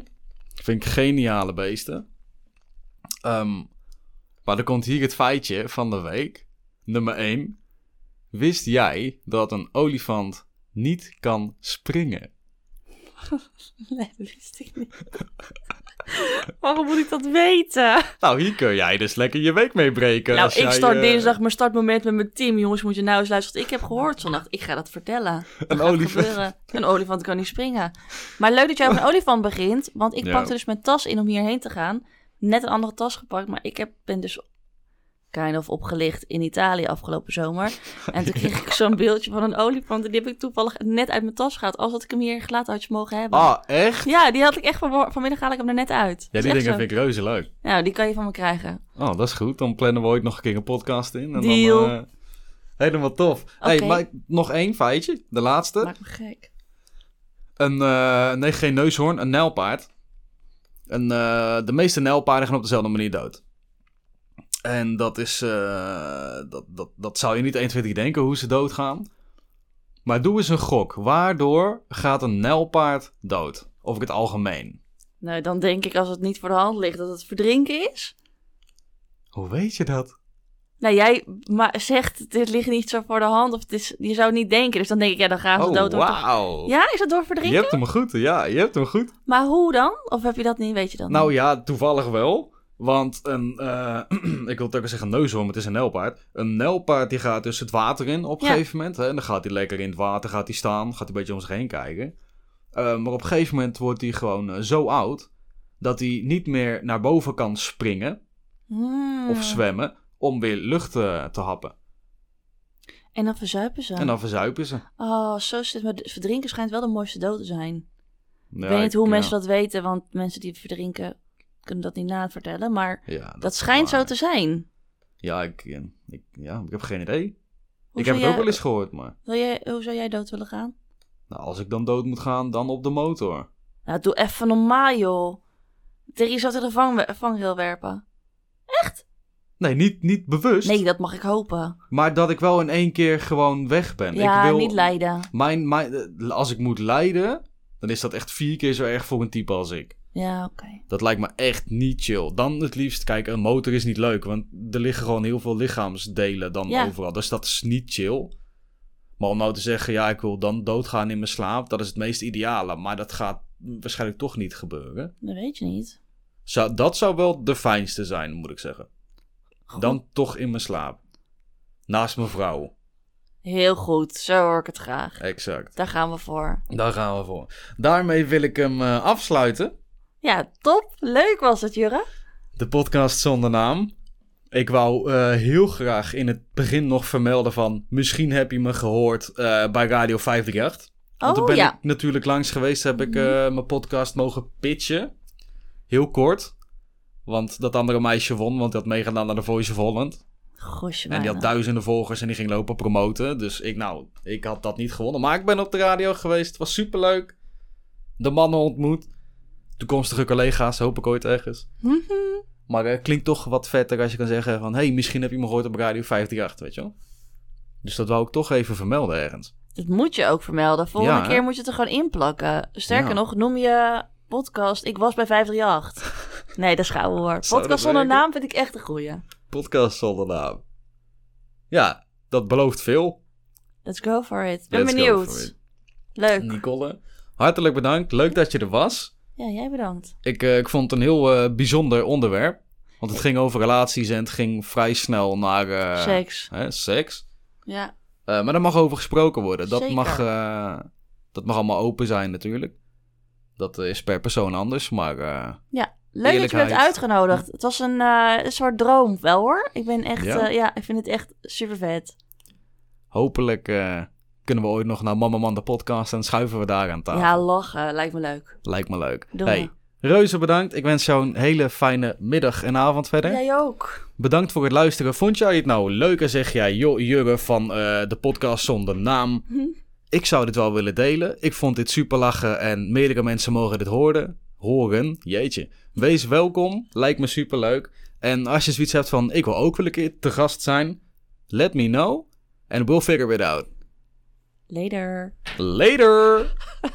Speaker 1: Ik vind ik geniale beesten. Ehm, maar dan komt hier het feitje van de week. Nummer 1. Wist jij dat een olifant niet kan springen?
Speaker 2: Nee, dat wist ik niet. Waarom moet ik dat weten?
Speaker 1: Nou, hier kun jij dus lekker je week mee breken.
Speaker 2: nou,
Speaker 1: als
Speaker 2: ik
Speaker 1: jij,
Speaker 2: start
Speaker 1: eh,
Speaker 2: dinsdag mijn startmoment met mijn team. Jongens, moet je nou eens luisteren. wat Ik heb gehoord zondag. Ik ga dat vertellen. Dat
Speaker 1: Een
Speaker 2: gaat
Speaker 1: olifant.
Speaker 2: gebeuren. Een olifant kan niet springen. Maar leuk dat jij met een olifant begint. Want ik
Speaker 1: Ja.
Speaker 2: pakte dus mijn tas in om hierheen te gaan. Net een andere tas gepakt. Maar ik heb, ben dus kind of opgelicht in Italië afgelopen zomer. En toen kreeg ik zo'n beeldje van een olifant. En die heb ik toevallig net uit mijn tas gehaald. Als had ik hem hier gelaten had je mogen hebben.
Speaker 1: Ah, echt?
Speaker 2: Ja, die had ik echt van, vanmiddag haal ik hem er net uit.
Speaker 1: Ja,
Speaker 2: Dat is
Speaker 1: die
Speaker 2: echt
Speaker 1: dingen
Speaker 2: zo.
Speaker 1: vind ik reuze leuk.
Speaker 2: Nou, die kan je van me krijgen.
Speaker 1: Oh, dat is goed. Dan plannen we ooit nog een keer een podcast in. En
Speaker 2: Deal.
Speaker 1: Dan, eh, helemaal tof. Hey,
Speaker 2: Oké.
Speaker 1: maar ik- nog één feitje. De laatste.
Speaker 2: Maakt me gek.
Speaker 1: Een, eh, nee, geen neushoorn. Een nijlpaard. Een, eh, de meeste nijlpaarden gaan op dezelfde manier dood. En dat is... eh, dat, dat, dat zou je niet 21 denken, hoe ze doodgaan. Maar doe eens een gok. Waardoor gaat een nijlpaard dood? Over het algemeen.
Speaker 2: Nou, dan denk ik als het niet voor de hand ligt dat het verdrinken is.
Speaker 1: Hoe weet je dat?
Speaker 2: Nou, jij ma- zegt dit ligt niet zo voor de hand of het is, je zou het niet denken. Dus dan denk ik, ja, dan gaan ze
Speaker 1: Oh,
Speaker 2: dood. door het-
Speaker 1: wauw.
Speaker 2: Ja, is dat door
Speaker 1: Je
Speaker 2: verdrinken?
Speaker 1: hebt hem goed. Ja, je hebt hem goed.
Speaker 2: Maar hoe dan? Of heb je dat niet, weet je dan?
Speaker 1: Nou
Speaker 2: niet?
Speaker 1: ja, toevallig wel. Want een, eh, ik wil het ook al zeggen neushoorn, maar het is een nelpaard. Een nelpaard die gaat dus het water in op een
Speaker 2: Ja.
Speaker 1: gegeven moment. Hè, en dan gaat hij lekker in het water, gaat hij staan, gaat hij een beetje om zich heen kijken. Eh, maar op een gegeven moment wordt hij gewoon eh, zo oud dat hij niet meer naar boven kan springen
Speaker 2: Hmm.
Speaker 1: of zwemmen om weer lucht eh, te happen.
Speaker 2: En dan verzuipen ze.
Speaker 1: En dan verzuipen ze.
Speaker 2: Oh, zo is het. Maar verdrinken schijnt wel de mooiste dood te zijn.
Speaker 1: Ja,
Speaker 2: ik weet niet hoe
Speaker 1: ja.
Speaker 2: mensen dat weten, want mensen die verdrinken kunnen dat niet navertellen. Maar dat,
Speaker 1: Ja, dat,
Speaker 2: schijnt
Speaker 1: maar-
Speaker 2: zo te zijn.
Speaker 1: Ja ik, eh, ik, ja, ik heb geen idee.
Speaker 2: Hoe
Speaker 1: ik heb
Speaker 2: zou
Speaker 1: het ook
Speaker 2: jij-
Speaker 1: wel eens gehoord, maar...
Speaker 2: Wil jij, hoe zou jij dood willen gaan?
Speaker 1: Nou, als ik dan dood moet gaan, dan op de motor.
Speaker 2: Nou, doe even normaal, joh. Tegen jezelf tegen de vang, vangrail werpen.
Speaker 1: Nee, niet, niet bewust.
Speaker 2: Nee, dat mag ik hopen.
Speaker 1: Maar dat ik wel in één keer gewoon weg ben.
Speaker 2: ja,
Speaker 1: ik wil,
Speaker 2: niet lijden.
Speaker 1: Mijn, mijn, eh, als ik moet lijden, dan is dat echt vier keer zo erg voor een type als ik.
Speaker 2: Ja, oké.
Speaker 1: Dat lijkt me echt niet chill. Dan het liefst, kijk, een motor is niet leuk. Want er liggen gewoon heel veel lichaamsdelen dan
Speaker 2: Ja.
Speaker 1: overal. Dus dat is niet chill. Maar om nou te zeggen, ja, ik wil dan doodgaan in mijn slaap. Dat is het meest ideale. Maar dat gaat waarschijnlijk toch niet gebeuren.
Speaker 2: Dat weet je niet.
Speaker 1: Zou, dat zou wel de fijnste zijn, moet ik zeggen.
Speaker 2: Goed.
Speaker 1: Dan toch in mijn slaap. Naast mijn vrouw.
Speaker 2: Heel goed, zo hoor ik het graag.
Speaker 1: Exact.
Speaker 2: Daar gaan we voor.
Speaker 1: Daar gaan we voor. Daarmee wil ik hem eh, afsluiten.
Speaker 2: Ja, top. Leuk was het, Jurre.
Speaker 1: De podcast zonder naam. Ik wou eh, heel graag in het begin nog vermelden van... misschien heb je me gehoord eh, bij Radio 538. Want toen
Speaker 2: Oh,
Speaker 1: ben
Speaker 2: ja. Mhm.
Speaker 1: ik natuurlijk langs geweest. Heb ik eh, mijn podcast mogen pitchen. Heel kort. Want dat andere meisje won. Want die had meegedaan naar de Voice of Holland.
Speaker 2: Goosje
Speaker 1: En die had duizenden volgers en die ging lopen promoten. Dus ik, nou, ik had dat niet gewonnen. Maar ik ben op de radio geweest. Het was superleuk. De mannen ontmoet. Toekomstige collega's, hoop ik ooit ergens. Maar het klinkt toch wat vetter als je kan zeggen van... hey, misschien heb je me gehoord op Radio 538, weet je wel. Dus dat wou ik toch even vermelden ergens.
Speaker 2: Dat moet je ook vermelden. Volgende
Speaker 1: Ja, hè?
Speaker 2: keer moet je het er gewoon inplakken. Sterker
Speaker 1: Ja.
Speaker 2: nog, noem je podcast. Ik was bij 538. Nee, dat is gauw hoor.
Speaker 1: Zou dat
Speaker 2: Podcast zonder
Speaker 1: werken?
Speaker 2: naam vind ik echt een goeie.
Speaker 1: Podcast zonder naam. Ja, dat belooft veel.
Speaker 2: Let's go for it. Ben
Speaker 1: Let's go
Speaker 2: benieuwd.
Speaker 1: for it.
Speaker 2: Leuk.
Speaker 1: Nicole, hartelijk bedankt. Leuk dat je er was.
Speaker 2: Ja, jij bedankt.
Speaker 1: Ik, eh, ik vond het een heel eh, bijzonder onderwerp. Want het ging over relaties en het ging vrij snel naar eh,
Speaker 2: Seks.
Speaker 1: Hè, seks.
Speaker 2: Ja.
Speaker 1: Eh, maar daar mag over gesproken worden. Dat,
Speaker 2: Zeker.
Speaker 1: mag, eh, dat mag allemaal open zijn natuurlijk. Dat eh, is per persoon anders, maar eh,
Speaker 2: Leuk dat je bent
Speaker 1: Eerlijkheid.
Speaker 2: uitgenodigd. Het was een, eh, een soort droom, wel hoor. Ik ben echt,
Speaker 1: Ja?
Speaker 2: ja, ja ik vind het echt super vet.
Speaker 1: hopelijk eh, kunnen we ooit nog naar Mama Man de podcast en schuiven we daar aan tafel.
Speaker 2: Ja, lachen. Lijkt me leuk.
Speaker 1: Lijkt me leuk.
Speaker 2: Doen
Speaker 1: hey, reuze bedankt. Ik wens jou een hele fijne middag en avond verder.
Speaker 2: Jij ook.
Speaker 1: Bedankt voor het luisteren. Vond jij het nou leuk en zeg jij, joh, Jurre van eh, de podcast zonder naam.
Speaker 2: Hm.
Speaker 1: Ik zou dit wel willen delen. Ik vond dit super lachen en meerdere mensen mogen dit horen. Horen, jeetje. Wees welkom, lijkt me super leuk. En als je zoiets hebt van, ik wil ook wel een keer te gast zijn, let me know. And we'll figure it out.
Speaker 2: Later.
Speaker 1: Later!